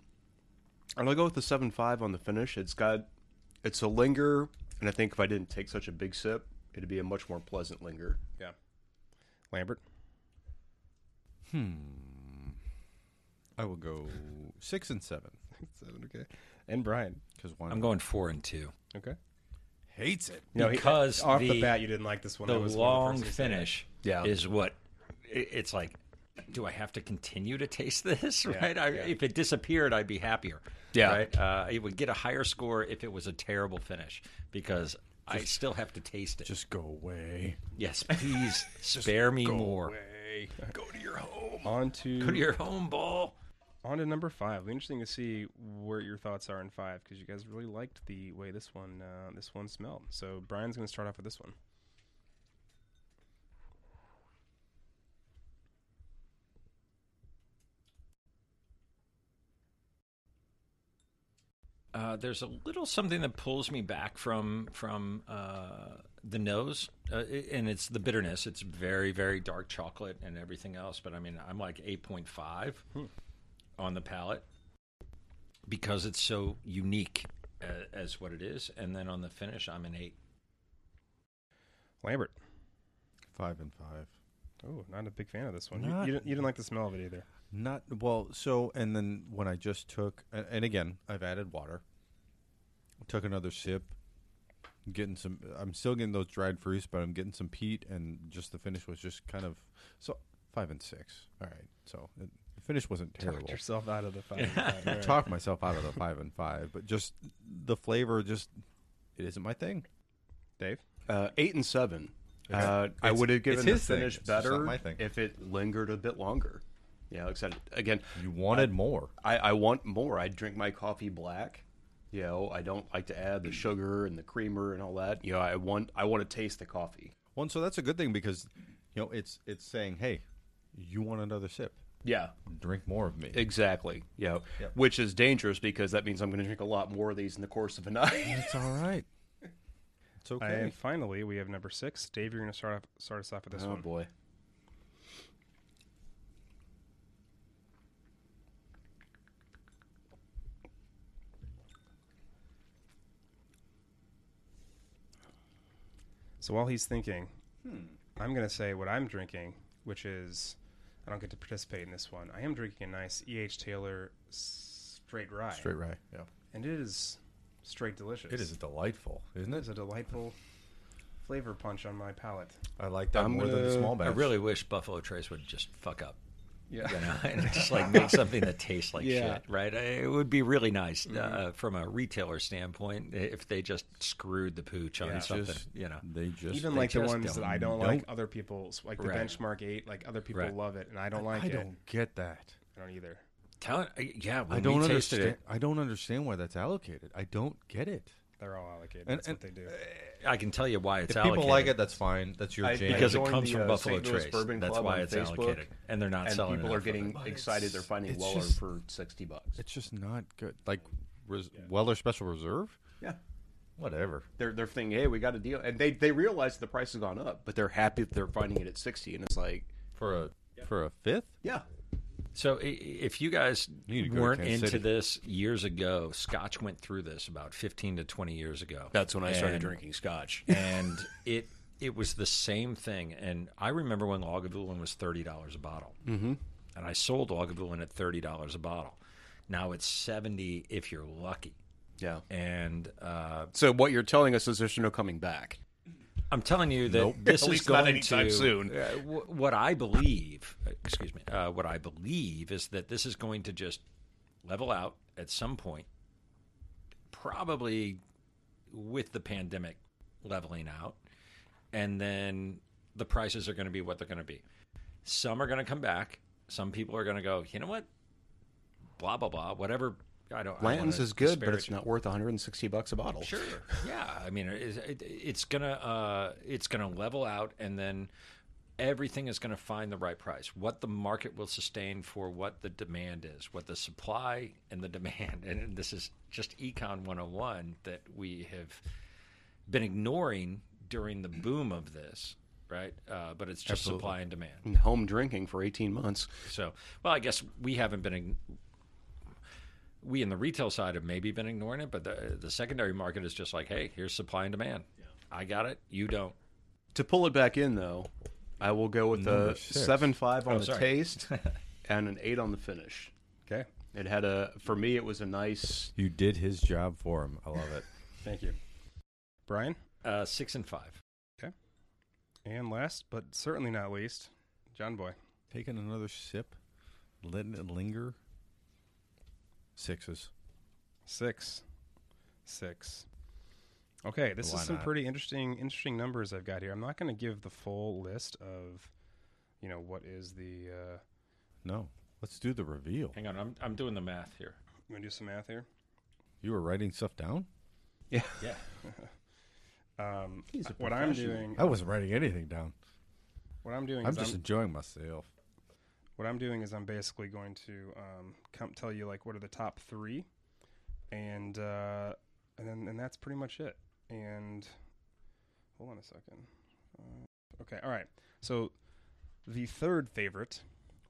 S4: and I'll go with the seven five on the finish. It's got it's a linger, and I think if I didn't take such a big sip, it'd be a much more pleasant linger.
S1: Lambert.
S3: Hmm. I will go six and seven
S1: Seven, okay. And Brian.
S3: because one
S2: I'm going four and two
S1: Okay.
S3: hates it.
S1: No,
S2: Because
S1: he, off the,
S2: the-
S1: bat, you didn't like this one.
S2: the
S1: That was one of
S2: long
S1: first things I said.
S2: finish
S4: Yeah.
S2: is what i- it's like do i have to continue to taste this
S1: Yeah,
S2: right I,
S1: yeah.
S2: if it disappeared i'd be happier
S4: Yeah.
S2: right uh, it would get a higher score if it was a terrible finish because i still have to taste it
S3: Just go away.
S2: yes please spare me more
S4: Go to your home.
S1: On to,
S2: go to your home ball
S1: on to number five. It'll be interesting to see where your thoughts are in five because you guys really liked the way this one uh, this one smelled. So Brian's going to start off with this one.
S2: uh, there's a little something that pulls me back from from uh, the nose, uh, i- and it's the bitterness. It's very very dark chocolate and everything else. But I mean, I'm like 8.5 on the palate because it's so unique as, as what it is. And then on the finish, I'm an eight.
S1: Lambert.
S3: Five and five.
S1: Oh, not a big fan of this one. You-
S3: Not-
S1: You, didn't, you didn't like the smell of it either.
S3: Not well. So and then when I just took a- and again I've added water. Took another sip. Getting some. I'm still getting those dried fruits, but I'm getting some peat, and just the finish was just kind of so five and six. All right, so it, the finish wasn't terrible.
S1: Talked yourself out of the five. five,
S3: I
S1: right.
S3: talked myself out of the five and five, but just the flavor, just it isn't my thing. Dave,
S4: Uh, eight and seven.
S3: Okay.
S4: Uh, I
S3: It's-
S4: would have
S3: it's
S4: given the
S3: his thing.
S4: finish
S3: It's just not
S4: better
S3: my thing.
S4: if it lingered a bit longer. Yeah, except again,
S3: you wanted more.
S4: I, I want more. I drink my coffee black. You know, I don't like to add the sugar and the creamer and all that. You know, I want I want to taste the coffee.
S3: Well, and so that's a good thing because you know it's it's saying, hey, you want another sip?
S4: Yeah,
S3: Drink more of me.
S4: exactly. You know, which is dangerous because that means I'm going to drink a lot more of these in the course of a night.
S3: It's all right. It's okay.
S1: And finally, we have number six. Dave, you're going to start off, start us off with this one.
S4: Oh, boy.
S1: So while he's thinking, I'm going to say what I'm drinking, which is I don't get to participate in this one. I am drinking a nice E.H. Taylor s- straight rye.
S3: Straight rye. Yeah.
S1: And it is straight delicious.
S3: It is delightful, isn't
S1: It is a delightful flavor punch on my palate.
S3: I like that
S4: I'm
S3: more than the
S4: gonna-
S3: small
S2: I
S3: batch.
S2: really wish Buffalo Trace would just fuck up.
S1: Yeah.
S2: You know, and just like make something that tastes like
S1: Yeah. Mm-hmm.
S2: shit, right? Uh, It would be really nice uh, from a retailer standpoint if they just screwed the pooch on
S1: Yeah.
S2: something,
S3: Just-
S2: you know.
S3: They just
S1: Even
S2: they
S1: like the
S2: just
S1: ones that I don't,
S3: don't-
S1: like, other people s- like the
S2: Right.
S1: benchmark eight, like other people
S2: Right.
S1: love it, and I don't like
S3: I
S1: it.
S3: don't get that.
S1: I don't either.
S2: Tell it, yeah, when
S3: I don't
S2: we tasted
S3: understand.
S2: it,
S3: I don't understand why that's allocated. I don't get it.
S1: They're all allocated.
S3: And-
S1: That's what
S3: and-
S1: they
S3: uh,
S1: do.
S2: I can tell you why it's
S3: if people
S2: allocated.
S3: like it, that's fine. That's your
S4: I-
S3: jam.
S2: because it
S4: joined
S2: comes
S4: the,
S2: from
S4: uh,
S2: Buffalo
S4: St. Louis
S2: Trace.
S4: Bourbon
S2: That's
S4: Club
S2: why
S4: on
S2: it's
S4: Facebook,
S2: allocated, and they're not
S4: and
S2: selling.
S4: people are
S2: enough of
S4: getting
S2: it.
S4: excited. They're finding
S3: it's
S4: Weller
S3: just-
S4: for sixty bucks.
S3: it's just not good. Like res- Weller Special Reserve,
S4: Yeah,
S3: whatever.
S4: they're they're thinking, hey, we got a deal, and they they realize the price has gone up, but they're happy that they're finding it at sixty, and it's like,
S3: For a for a fifth,
S4: yeah,
S2: So i- if you guys
S3: You need to go to
S2: weren't
S3: Kansas
S2: into
S3: City.
S2: this years ago, Scotch went through this about 15 to 20 years ago.
S4: that's when I started
S2: And-
S4: drinking scotch.
S2: and it it was the same thing. And I remember when Lagavulin was thirty dollars a bottle, mm-hmm. and I sold Lagavulin at thirty dollars a bottle. Now it's seventy if you're lucky.
S4: Yeah.
S2: And uh,
S4: So what you're telling us is there's no coming back.
S2: I'm telling you that this
S4: At
S2: is
S4: least not
S2: going
S4: anytime
S2: to
S4: soon.
S2: Uh, w- what I believe, uh, excuse me, uh, what I believe is that this is going to just level out at some point, probably with the pandemic leveling out, and then the prices are going to be what they're going to be. Some are going to come back. Some people are going to go, you know what, blah blah blah, whatever. I don't. I don't
S4: Blanton's
S2: wanna
S4: is good, but
S2: disparage
S4: it's not worth 160 bucks a bottle.
S2: Sure. Yeah. I mean, it, it, it's gonna uh, it's gonna level out, and then everything is gonna find the right price. What the market will sustain for what the demand is, what the supply and the demand, and this is just econ 101 that we have been ignoring during the boom of this, right? Uh, but it's just supply and demand.
S4: And Home drinking for 18 months.
S2: So, well, I guess we haven't been, ign- we in the retail side have maybe been ignoring it, but the, the secondary market is just like, hey, here's supply and demand. I got it. You don't.
S4: To pull it back in, though, I will go with a
S3: Number six.
S4: seven five on
S2: Oh,
S4: the
S2: sorry.
S4: taste and an eight on the finish.
S1: Okay.
S4: It had a for me, it was a nice.
S3: you did his job for him. I love it.
S1: Thank you. Brian?
S2: Uh, six and five.
S1: And last, but certainly not least, John Boy.
S3: Taking another sip, letting it linger. Sixes.
S1: Six. Six. Okay, this
S3: Why
S1: is some
S3: not?
S1: pretty interesting interesting numbers I've got here. I'm not going to give the full list of, you know, what is the. Uh,
S3: No, let's do the reveal.
S2: Hang on. I'm, I'm doing the math here.
S1: I'm going to do some math here.
S3: You were writing stuff down.
S2: Yeah.
S1: Um,
S4: He's a
S1: what I'm
S4: professional.
S1: doing,
S3: I wasn't writing anything down.
S1: what I'm doing,
S3: Oh, I'm
S1: is
S3: just
S1: I'm,
S3: enjoying myself.
S1: what I'm doing is I'm basically going to um, come tell you like what are the top three, and uh, and then and that's pretty much it. And hold on a second. Uh, okay, all right. So the third favorite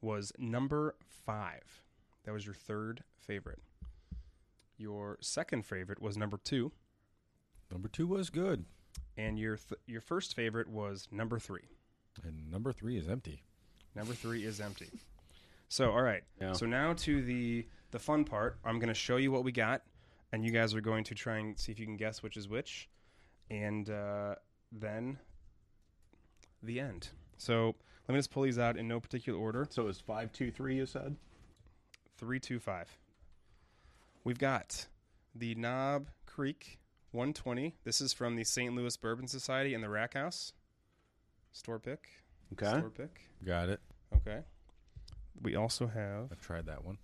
S1: was number five. That was your third favorite. Your second favorite was number two,
S3: Number two was good,
S1: and your th- your first favorite was number three.
S3: and number three is empty.
S1: Number three is empty. So all right.
S4: Yeah.
S1: So now to the the fun part. I'm going to show you what we got, and you guys are going to try and see if you can guess which is which, and uh, then the end. So let me just pull these out in no particular order.
S4: So it was five, two, three. You said.
S1: Three two five. We've got the Knob Creek 120. This is from the St. Louis Bourbon Society and the Rack House. Store pick.
S4: Okay.
S1: Store pick.
S3: Got it.
S1: Okay. We also have
S3: I've tried that one.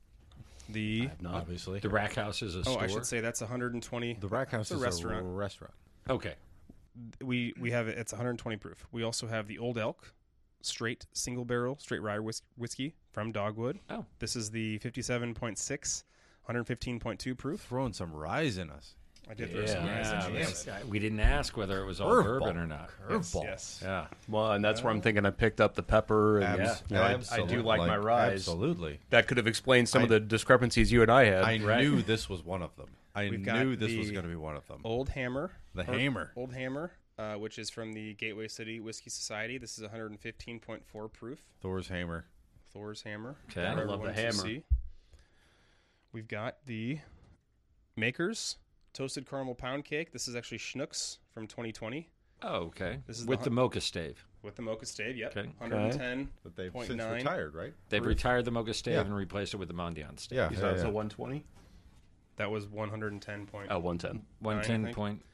S1: the
S3: Obviously,
S2: The Rack House is a
S1: Oh,
S2: store.
S1: I should say that's 120.
S3: the Rack House
S1: a
S3: is
S1: restaurant.
S3: a restaurant.
S2: Okay.
S1: We we have it. It's 120 proof. We also have the Old Elk, straight single barrel straight rye whis- whiskey from Dogwood.
S2: Oh.
S1: This is the 57.6, 115.2 proof.
S3: Throwing some rise in us.
S1: I did throw some rice
S2: Yeah.
S1: into this.
S2: that's- We didn't ask whether it was all
S3: Curveball.
S2: bourbon or not.
S3: Curveball.
S1: Yes.
S2: Yeah.
S4: Well, and that's where I'm thinking I picked up the pepper. And
S2: Abs-
S4: you know, I- I, do
S3: Absolutely.
S4: like, my rise.
S3: Absolutely.
S4: That could have explained some of the discrepancies you and I had.
S3: I
S2: Right.
S3: knew this was one of them. I
S1: We've got
S3: knew this was
S1: the-
S3: going to be one of them.
S1: Old Hammer.
S3: The
S1: or-
S3: Hammer.
S1: Old Hammer, uh, which is from the Gateway City Whiskey Society. This is 115.4 proof.
S3: Thor's hammer.
S1: Thor's Hammer.
S2: Okay.
S1: for
S2: I love
S1: everyone
S2: the
S1: to
S4: hammer.
S1: see. We've got the Makers Toasted Caramel Pound Cake. This is actually Schnucks from 2020
S2: Oh, okay.
S1: This is
S2: With
S1: the
S2: the, mocha stave.
S1: with the mocha stave. Yep.
S2: Okay.
S1: 110.
S3: But they've
S1: Point
S3: since
S1: nine.
S3: retired, right?
S2: They've
S3: Proof.
S2: retired the mocha stave
S3: Yeah.
S2: and replaced it with the Mondian stave.
S3: Yeah.
S4: Is
S3: yeah,
S4: that
S3: yeah.
S4: a 120?
S1: That was 110 point.
S4: Oh, 110.
S2: One
S1: I
S2: ten
S1: think.
S2: point.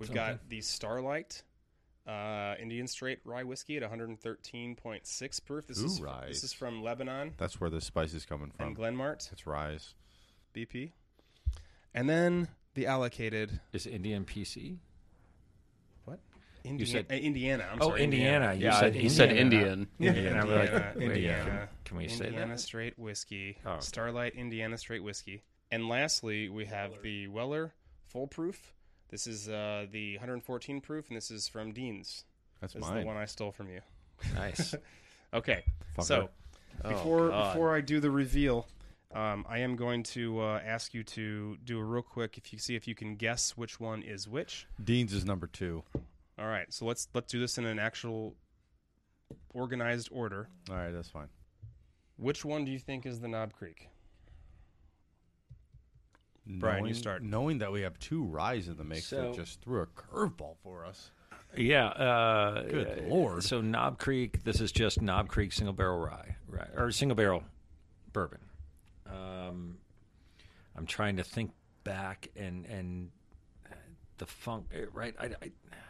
S1: We've got the Starlight uh, Indian Straight Rye Whiskey at 113.6 proof. This
S3: Ooh,
S1: is
S3: rice.
S1: this is from Lebanon
S3: That's where the spice is coming from.
S1: and Glenmart
S3: It's rise.
S1: BP. And then the allocated
S2: Is Indian PC?
S1: what? Indiana.
S2: said-
S1: uh, Indiana. I'm
S2: oh,
S1: sorry,
S2: Indiana. You
S4: Yeah,
S2: said
S4: he said
S2: Indiana.
S4: Indian.
S2: Indiana. We're like,
S1: Indiana,
S2: wait,
S1: Indiana.
S2: Can we say
S1: Indiana
S2: that?
S1: Straight Whiskey.
S2: Oh, okay.
S1: Starlight Indiana Straight Whiskey. And lastly, we have the Weller Full Proof. This is uh, the 114 proof, and this is from Dean's.
S3: That's
S1: This is
S3: mine.
S1: the one I stole from you.
S2: Nice.
S1: Okay,
S3: Fucker.
S1: so
S4: Oh,
S1: before
S4: God.
S1: before I do the reveal, um, I am going to uh, ask you to do a real quick. If you see if you can guess which one is which.
S3: Dean's is number two.
S1: All right, so let's let's do this in an actual organized order.
S3: All right, that's fine.
S1: Which one do you think is the Knob Creek? Brian, you
S3: knowing,
S1: start.
S3: Knowing that we have two rise in the mix
S2: So-
S3: that just threw a curveball for us.
S2: yeah. Uh,
S3: Good
S2: uh,
S3: lord.
S2: So Knob Creek. This is just Knob Creek single barrel rye, right? Or single barrel bourbon. Um, I'm trying to think back and and uh, the funk. eh, Right. I, I,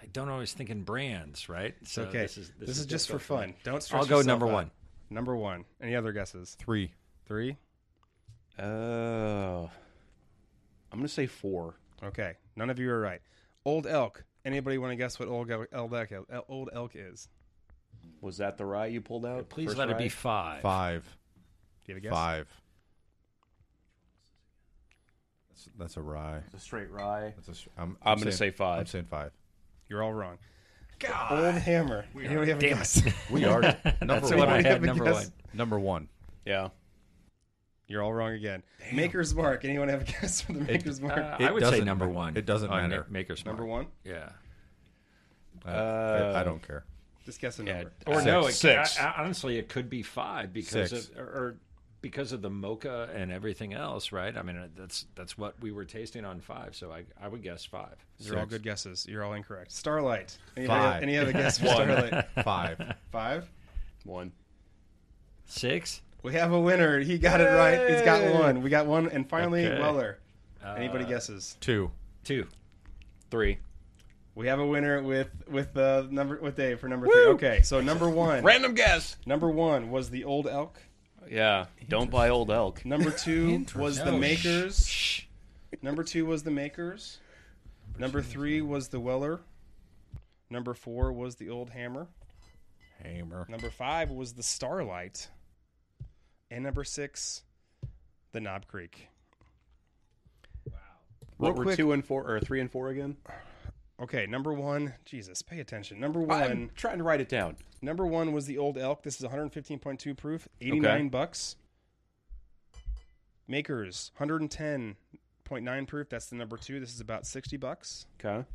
S2: I don't always think in brands. Right. So
S1: okay,
S2: This is this, is
S1: just for
S2: difficult me.
S1: fun. Don't stress.
S2: I'll go
S1: yourself
S2: number
S1: out.
S2: one.
S1: Number one. Any other guesses?
S3: Three.
S1: Three.
S4: Oh. I'm going to say four.
S1: Okay, none of you are right. Old elk. Anybody want to guess what old elk, old elk, old elk is?
S4: Was that the rye you pulled out?
S2: Please
S4: First
S2: let it
S4: rye?
S2: be five.
S3: Five.
S1: Do you have a guess?
S3: Five. That's, that's a rye.
S4: It's a straight rye.
S3: That's a, sh- I'm,
S4: I'm gonna
S3: saying-
S4: say five.
S3: I'm saying five.
S1: You're all wrong. Old hammer. Anybody have a
S2: damn
S1: guess?
S3: We are number
S2: That's
S3: one.
S2: what I
S1: Anybody
S2: have
S1: a
S2: number
S1: guess?
S2: one.
S3: Number one.
S4: Yeah.
S1: You're all wrong again. Maker's mark. Anyone have a guess for the maker's mark?
S2: Uh,
S3: It
S2: I would say
S3: doesn't
S2: number
S3: ma-
S2: one.
S3: it doesn't
S2: on
S3: matter.
S2: Ma- Maker's
S1: number one.
S2: Mark. Yeah.
S3: I,
S4: Uh,
S3: I, I don't care.
S1: Just guess a
S4: Yeah.
S1: number.
S2: Or
S4: Six.
S2: no, it,
S4: Six.
S2: I, I- honestly, it could be five because
S3: Six.
S2: of or, or because of the mocha and everything else, right? I mean, uh, that's that's what we were tasting on five, so I I would guess five.
S1: You're all
S3: Six.
S1: good guesses. You're all incorrect. Starlight. Anybody,
S3: Five.
S1: Any other guess for Starlight?
S3: Five.
S1: Five.
S4: One.
S2: Six.
S1: We have a winner. He got it right. He's got one. We got one. And finally,
S2: Okay.
S1: Weller. Anybody guesses?
S3: Two.
S2: Two.
S4: Three.
S1: We have a winner with with uh, number with Dave for number three. Okay, so number one,
S4: Random guess.
S1: number one was the old elk.
S4: Yeah. Don't buy old elk.
S1: Number two was the
S2: No, shh,
S1: makers. Number two was the makers. Number three was the Weller. Number four was the old hammer.
S3: Hammer.
S1: Number five was the starlight. And number six, the Knob Creek.
S4: What
S1: Real
S4: were
S1: quick-
S4: two and four or three and four again?
S1: Okay, number one. Jesus, pay attention. Number one.
S4: I'm trying to write it down.
S1: Number one was the old elk. This is 115.2 proof, 89 bucks. Makers 110.9 proof. That's the number two. This is about 60 bucks.
S4: Okay.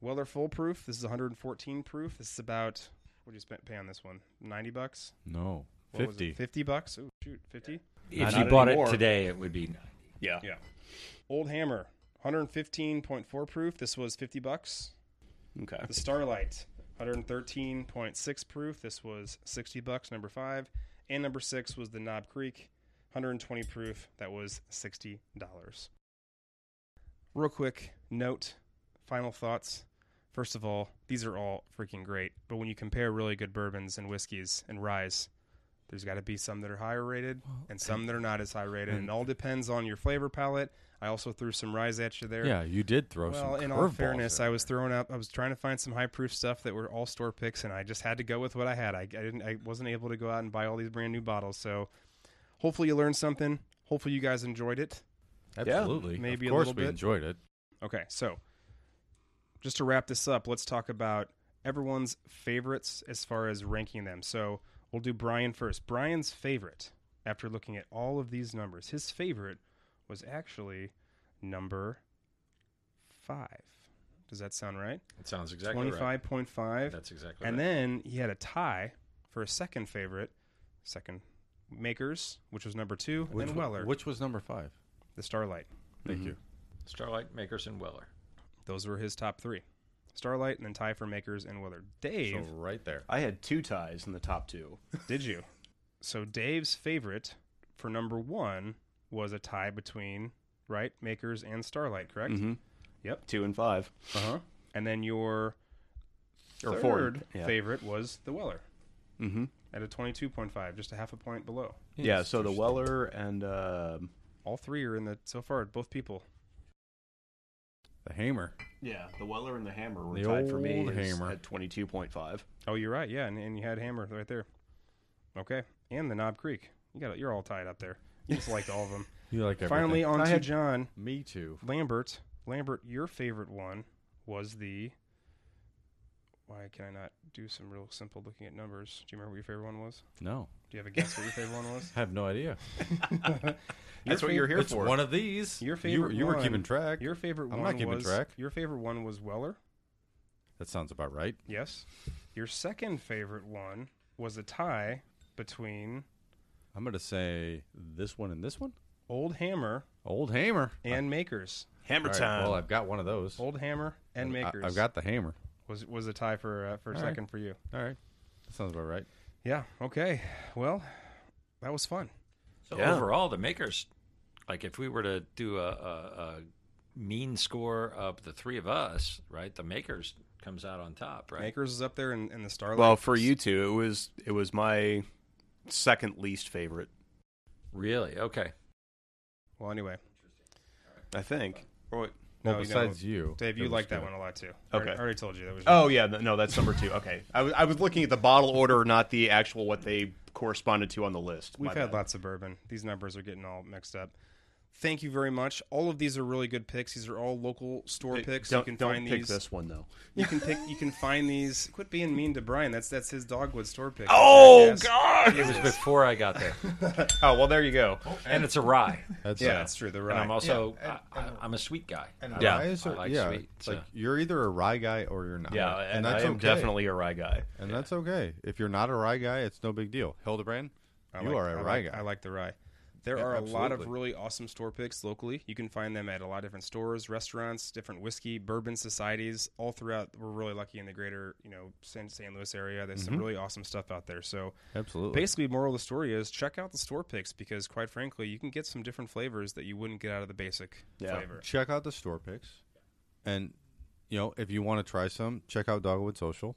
S1: Weller full proof. This is 114 proof. This is about what do you spend, pay on this one? 90 bucks.
S3: No.
S1: what was it,
S3: 50.
S1: 50 bucks. Oh, shoot. 50?
S2: If
S4: Not
S2: you bought
S4: anymore.
S2: it today, it would be
S4: Yeah.
S1: Yeah. Old Hammer, 115.4 proof. This was 50 bucks.
S4: Okay.
S1: The Starlight, 113.6 proof. This was 60 bucks, number five. And number six was the Knob Creek, 120 proof. That was $60. Real quick note, final thoughts. First of all, these are all freaking great. But when you compare really good bourbons and whiskeys and ryes, there's got to be some that are higher rated and some that are not as high rated. And it all depends on your flavor palette. I also threw some ryes at you there.
S3: Yeah, you did throw
S1: Well,
S3: some
S1: in all fairness, I was throwing up. I was trying to find some high proof stuff that were all store picks, and I just had to go with what I had. I, I didn't. I wasn't able to go out and buy all these brand new bottles. So, hopefully, you learned something. Hopefully, you guys enjoyed it.
S3: Absolutely.
S1: maybe a
S3: of course
S1: little
S3: we
S1: bit.
S3: enjoyed it.
S1: Okay, so just to wrap this up, let's talk about everyone's favorites as far as ranking them. So we'll do Brian first. Brian's favorite, after looking at all of these numbers, his favorite was actually number five. Does that sound right?
S2: It sounds exactly
S1: Twenty
S2: right.
S1: five point five.
S2: That's exactly
S1: And
S2: right.
S1: then he had a tie for a second favorite, second makers, which was number two, and Weller,
S3: Which was number five?
S1: the Starlight.
S3: Thank you.
S2: Starlight Makers and Weller.
S1: Those were his top three. Starlight and then tie for Makers and Weather. Dave,
S3: So right there.
S4: I had two ties in the top two.
S1: did you? So Dave's favorite for number one was a tie between right Makers and Starlight, correct?
S4: Mm-hmm.
S1: Yep.
S4: Two and five.
S1: Uh huh. And then your
S4: Or
S1: third
S4: four. Yeah.
S1: favorite was the Weller
S4: Mm-hmm.
S1: at a twenty-two point five, just a half a point below.
S4: Yeah. So the Weller and um
S1: All three are in the so far. Both people.
S3: The hammer.
S4: yeah, the Weller and the Hammer were
S3: The
S4: tied for me
S3: old
S4: is
S3: Hammer.
S4: at twenty two point five.
S1: Oh, you're right. Yeah, and, and you had Hammer right there. Okay, and the Knob Creek. You got it. You're all tied up there. You just liked all of them.
S3: You like everything.
S1: Finally, on
S3: I
S1: to
S3: had-
S1: John.
S3: Me too.
S1: Lambert, Lambert, your favorite one was the. Why can I not do some real simple looking at numbers? Do you remember what your favorite one was?
S3: No,
S1: Do you have a guess what your favorite one was?
S3: I have no idea.
S4: That's what you're here
S3: it's
S4: for.
S3: one of these.
S1: Your
S3: You, were-
S1: favorite
S3: you were
S1: one-
S3: keeping track.
S1: Your favorite
S3: I'm
S1: one
S3: not keeping
S1: was
S3: track.
S1: your favorite one was Weller.
S3: That sounds about right.
S1: Yes. Your second favorite one was a tie between
S3: I'm gonna say this one and this one.
S1: Old Hammer
S3: Old hammer.
S1: and Makers.
S4: Hammer
S3: All right, well, I've got one of those.
S1: Old Hammer and
S3: I-
S1: Makers.
S3: I've got the hammer.
S1: was was a tie for uh, for
S3: All right.
S1: second for you.
S3: All right. That sounds about right.
S1: Yeah. Okay. Well, that was fun.
S2: So
S4: Yeah.
S2: overall, the Makers, like if we were to do a, a, a mean score of the three of us, right? The Makers comes out on top, right?
S1: Makers is up there in, in the starlight.
S4: well, for you two, it was it was my second least favorite,
S2: Really? Okay.
S1: Well, anyway,
S4: I think. Or wait-
S1: No,
S3: Well,
S1: you
S3: besides you,
S1: Dave,
S3: it
S1: you
S3: was
S1: like that
S3: good.
S1: one a lot too.
S4: Okay.
S1: I already told you that was.
S4: Oh yeah, th- no, that's number two. Okay, I was I was looking at the bottle order, not the actual what they corresponded to on the list.
S1: we've
S4: My
S1: had
S4: bad.
S1: lots of bourbon. These numbers are getting all mixed up. Thank you very much. All of these are really good picks. These are all local store
S4: Hey,
S1: picks.
S4: Don't,
S1: you can
S4: don't
S1: find
S4: pick
S1: these.
S4: this one though.
S1: You can pick. You can find these. Quit being mean to Brian. That's that's his dogwood store pick. Jackass.
S4: Oh, God!
S2: It was before I got there,
S4: Oh well, there you go.
S2: and it's a rye.
S3: That's uh,
S1: Yeah,
S3: right.
S1: that's true. The
S2: And
S1: rye.
S2: I'm also I, I, am a sweet guy. I
S3: Yeah,
S2: like-
S3: Ryes
S2: I
S3: are-
S2: like
S3: yeah,
S2: sweet.
S3: it's
S2: so-
S3: like you're either a rye guy or you're not.
S2: Yeah, and
S3: that's
S4: I am
S3: okay.
S4: definitely a rye guy.
S3: and that's okay. If you're not a rye guy, it's no big deal. Hildebrand,
S1: I
S3: you
S1: like-
S3: are
S1: I
S3: a
S1: like-
S3: rye guy.
S1: I like the rye. There
S3: Yeah,
S1: are a lot of
S3: absolutely.
S1: really awesome store picks locally. You can find them at a lot of different stores, restaurants, different whiskey, bourbon societies, all throughout. We're really lucky in the greater, you know, San, St. Louis area. There's some really awesome stuff out there. So
S3: Mm-hmm. Absolutely.
S1: basically, moral of the story is check out the store picks because, quite frankly, you can get some different flavors that you wouldn't get out of the basic
S4: Yeah.
S1: flavor.
S3: check out the store picks, and you know if you want to try some, check out Dogwood Social.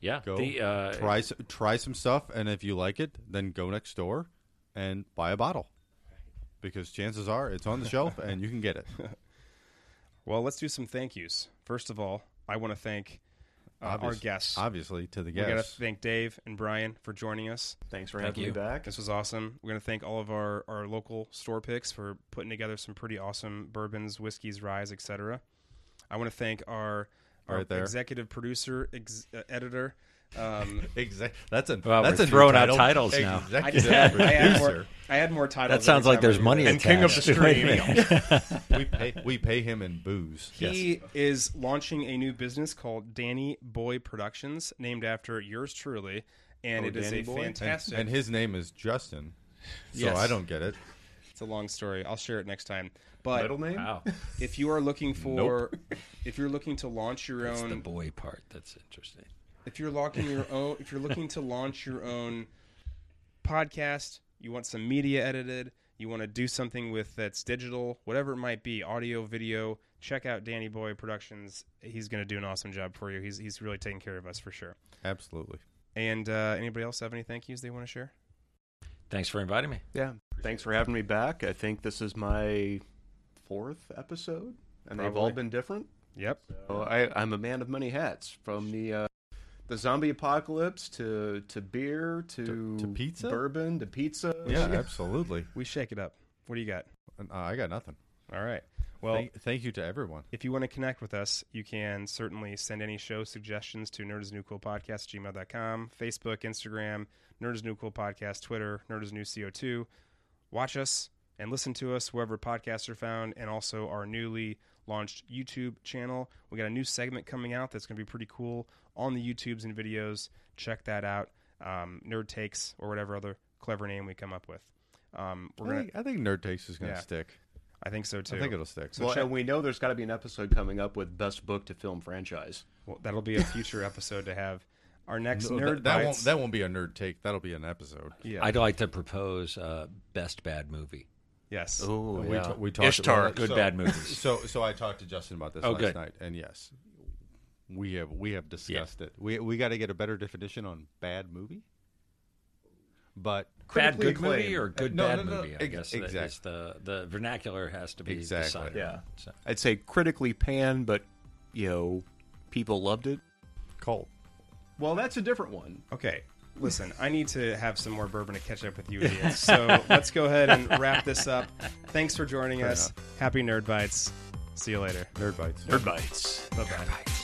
S2: yeah,
S3: Go
S2: the, uh,
S3: try s- try some stuff, and if you like it, then go next door and buy a bottle, because chances are it's on the shelf and you can get it.
S1: Well, let's do some thank yous. First of all, I want to thank uh, our
S3: Obvious-
S1: guests.
S3: obviously, to the
S1: We got to
S3: guests.
S1: thank Dave and Brian for joining us.
S4: Thanks for
S2: Thank
S4: having me
S2: you.
S4: back.
S1: This was awesome. We're going to thank all of our, our local store picks for putting together some pretty awesome bourbons, whiskeys, ryes, etc. I want to thank our, our
S3: Right there.
S1: executive producer, ex- uh, editor. Um,
S3: Exactly. That's a
S2: Wow,
S3: that's
S2: we're
S3: a new
S2: throwing out
S3: title.
S2: titles now.
S1: I,
S3: Executive
S1: just had, I, had
S3: producer.
S1: more, I had more titles.
S2: that sounds
S1: every time
S2: like
S1: I
S2: there's
S1: do
S2: money
S1: this.
S4: And King of the
S2: attached. Wait a
S4: Stream.
S2: minute.
S3: we pay we pay him in booze.
S1: He is launching a new business called Danny Boy Productions, named after yours truly. and
S4: Oh,
S1: it is
S4: Danny
S1: a
S4: boy? And-
S1: fantastic.
S3: And his name is Justin, so
S2: Yes.
S3: I don't get it.
S1: it's a long story. I'll share it next time. But
S4: Middle name?
S2: Wow.
S1: if you are looking for, if you're looking to launch your
S2: It's the
S1: own,
S2: boy part that's interesting.
S1: if you're locking your own, if you're looking to launch your own podcast, you want some media edited, you want to do something with that's digital, whatever it might be, audio, video. Check out Danny Boy Productions. He's going to do an awesome job for you. He's he's really taking care of us for sure.
S3: Absolutely.
S1: And uh, anybody else have any thank yous they want to share?
S2: Thanks for inviting me.
S4: Yeah. Thanks for having me back. I think this is my fourth episode, and they've all
S1: Probably.
S4: been different.
S1: Yep.
S4: So I, I'm a man of many hats, from the uh, the zombie apocalypse to to beer to,
S3: To- to pizza?
S4: bourbon to pizza.
S3: Yeah, absolutely.
S1: We shake it up. What do you got?
S3: And, uh, I got nothing.
S1: All right. Well,
S3: thank, thank you to everyone.
S1: if you want to connect with us, you can certainly send any show suggestions to nerdisnewcoolpodcast@gmail.com, Facebook, Instagram, Nerd is New Cool Podcast, Twitter, Nerd is New CO2. Watch us and listen to us wherever podcasts are found, and also our newly launched YouTube channel. We got a new segment coming out that's going to be pretty cool on the YouTubes and videos. Check that out. Um, Nerd Takes or whatever other clever name we come up with. Um, we're
S3: I
S1: gonna,
S3: think, I think Nerd Takes is going to
S1: Yeah.
S3: stick.
S1: I think so too.
S3: I think it'll stick.
S4: Well, and we know there's got to be an episode coming up with best book to film franchise.
S1: Well, that'll be a future episode to have our next
S3: No,
S1: nerd
S3: that, that won't
S1: bites.
S3: that won't be a nerd take. That'll be an episode.
S1: yeah.
S2: I'd like to propose uh, best bad movie.
S1: yes.
S4: Oh,
S3: We, ta- we talked
S4: Ishtar,
S3: about it.
S2: good
S3: So-
S2: bad movies.
S3: So so I talked to Justin about this
S2: Oh,
S3: last
S2: good.
S3: night, and yes, we have we have discussed it. We we got to get a better definition on bad movie, but
S2: bad
S4: Critically
S2: good movie
S4: acclaimed.
S2: or good
S3: No,
S2: bad
S3: no, no,
S2: movie? I
S3: ex-
S2: guess that is
S3: exactly.
S2: the the vernacular has to be
S3: Exactly.
S2: decided.
S4: Yeah.
S2: So,
S4: I'd say critically panned, but you know, people loved it.
S3: cult.
S4: Well, that's a different one.
S1: Okay. Listen, I need to have some more bourbon to catch up with you, Ian. So let's go ahead and wrap this up. Thanks for joining us. Happy Nerd Bites. See you later.
S3: Nerd bites.
S4: Nerd bites.
S1: Bye bye.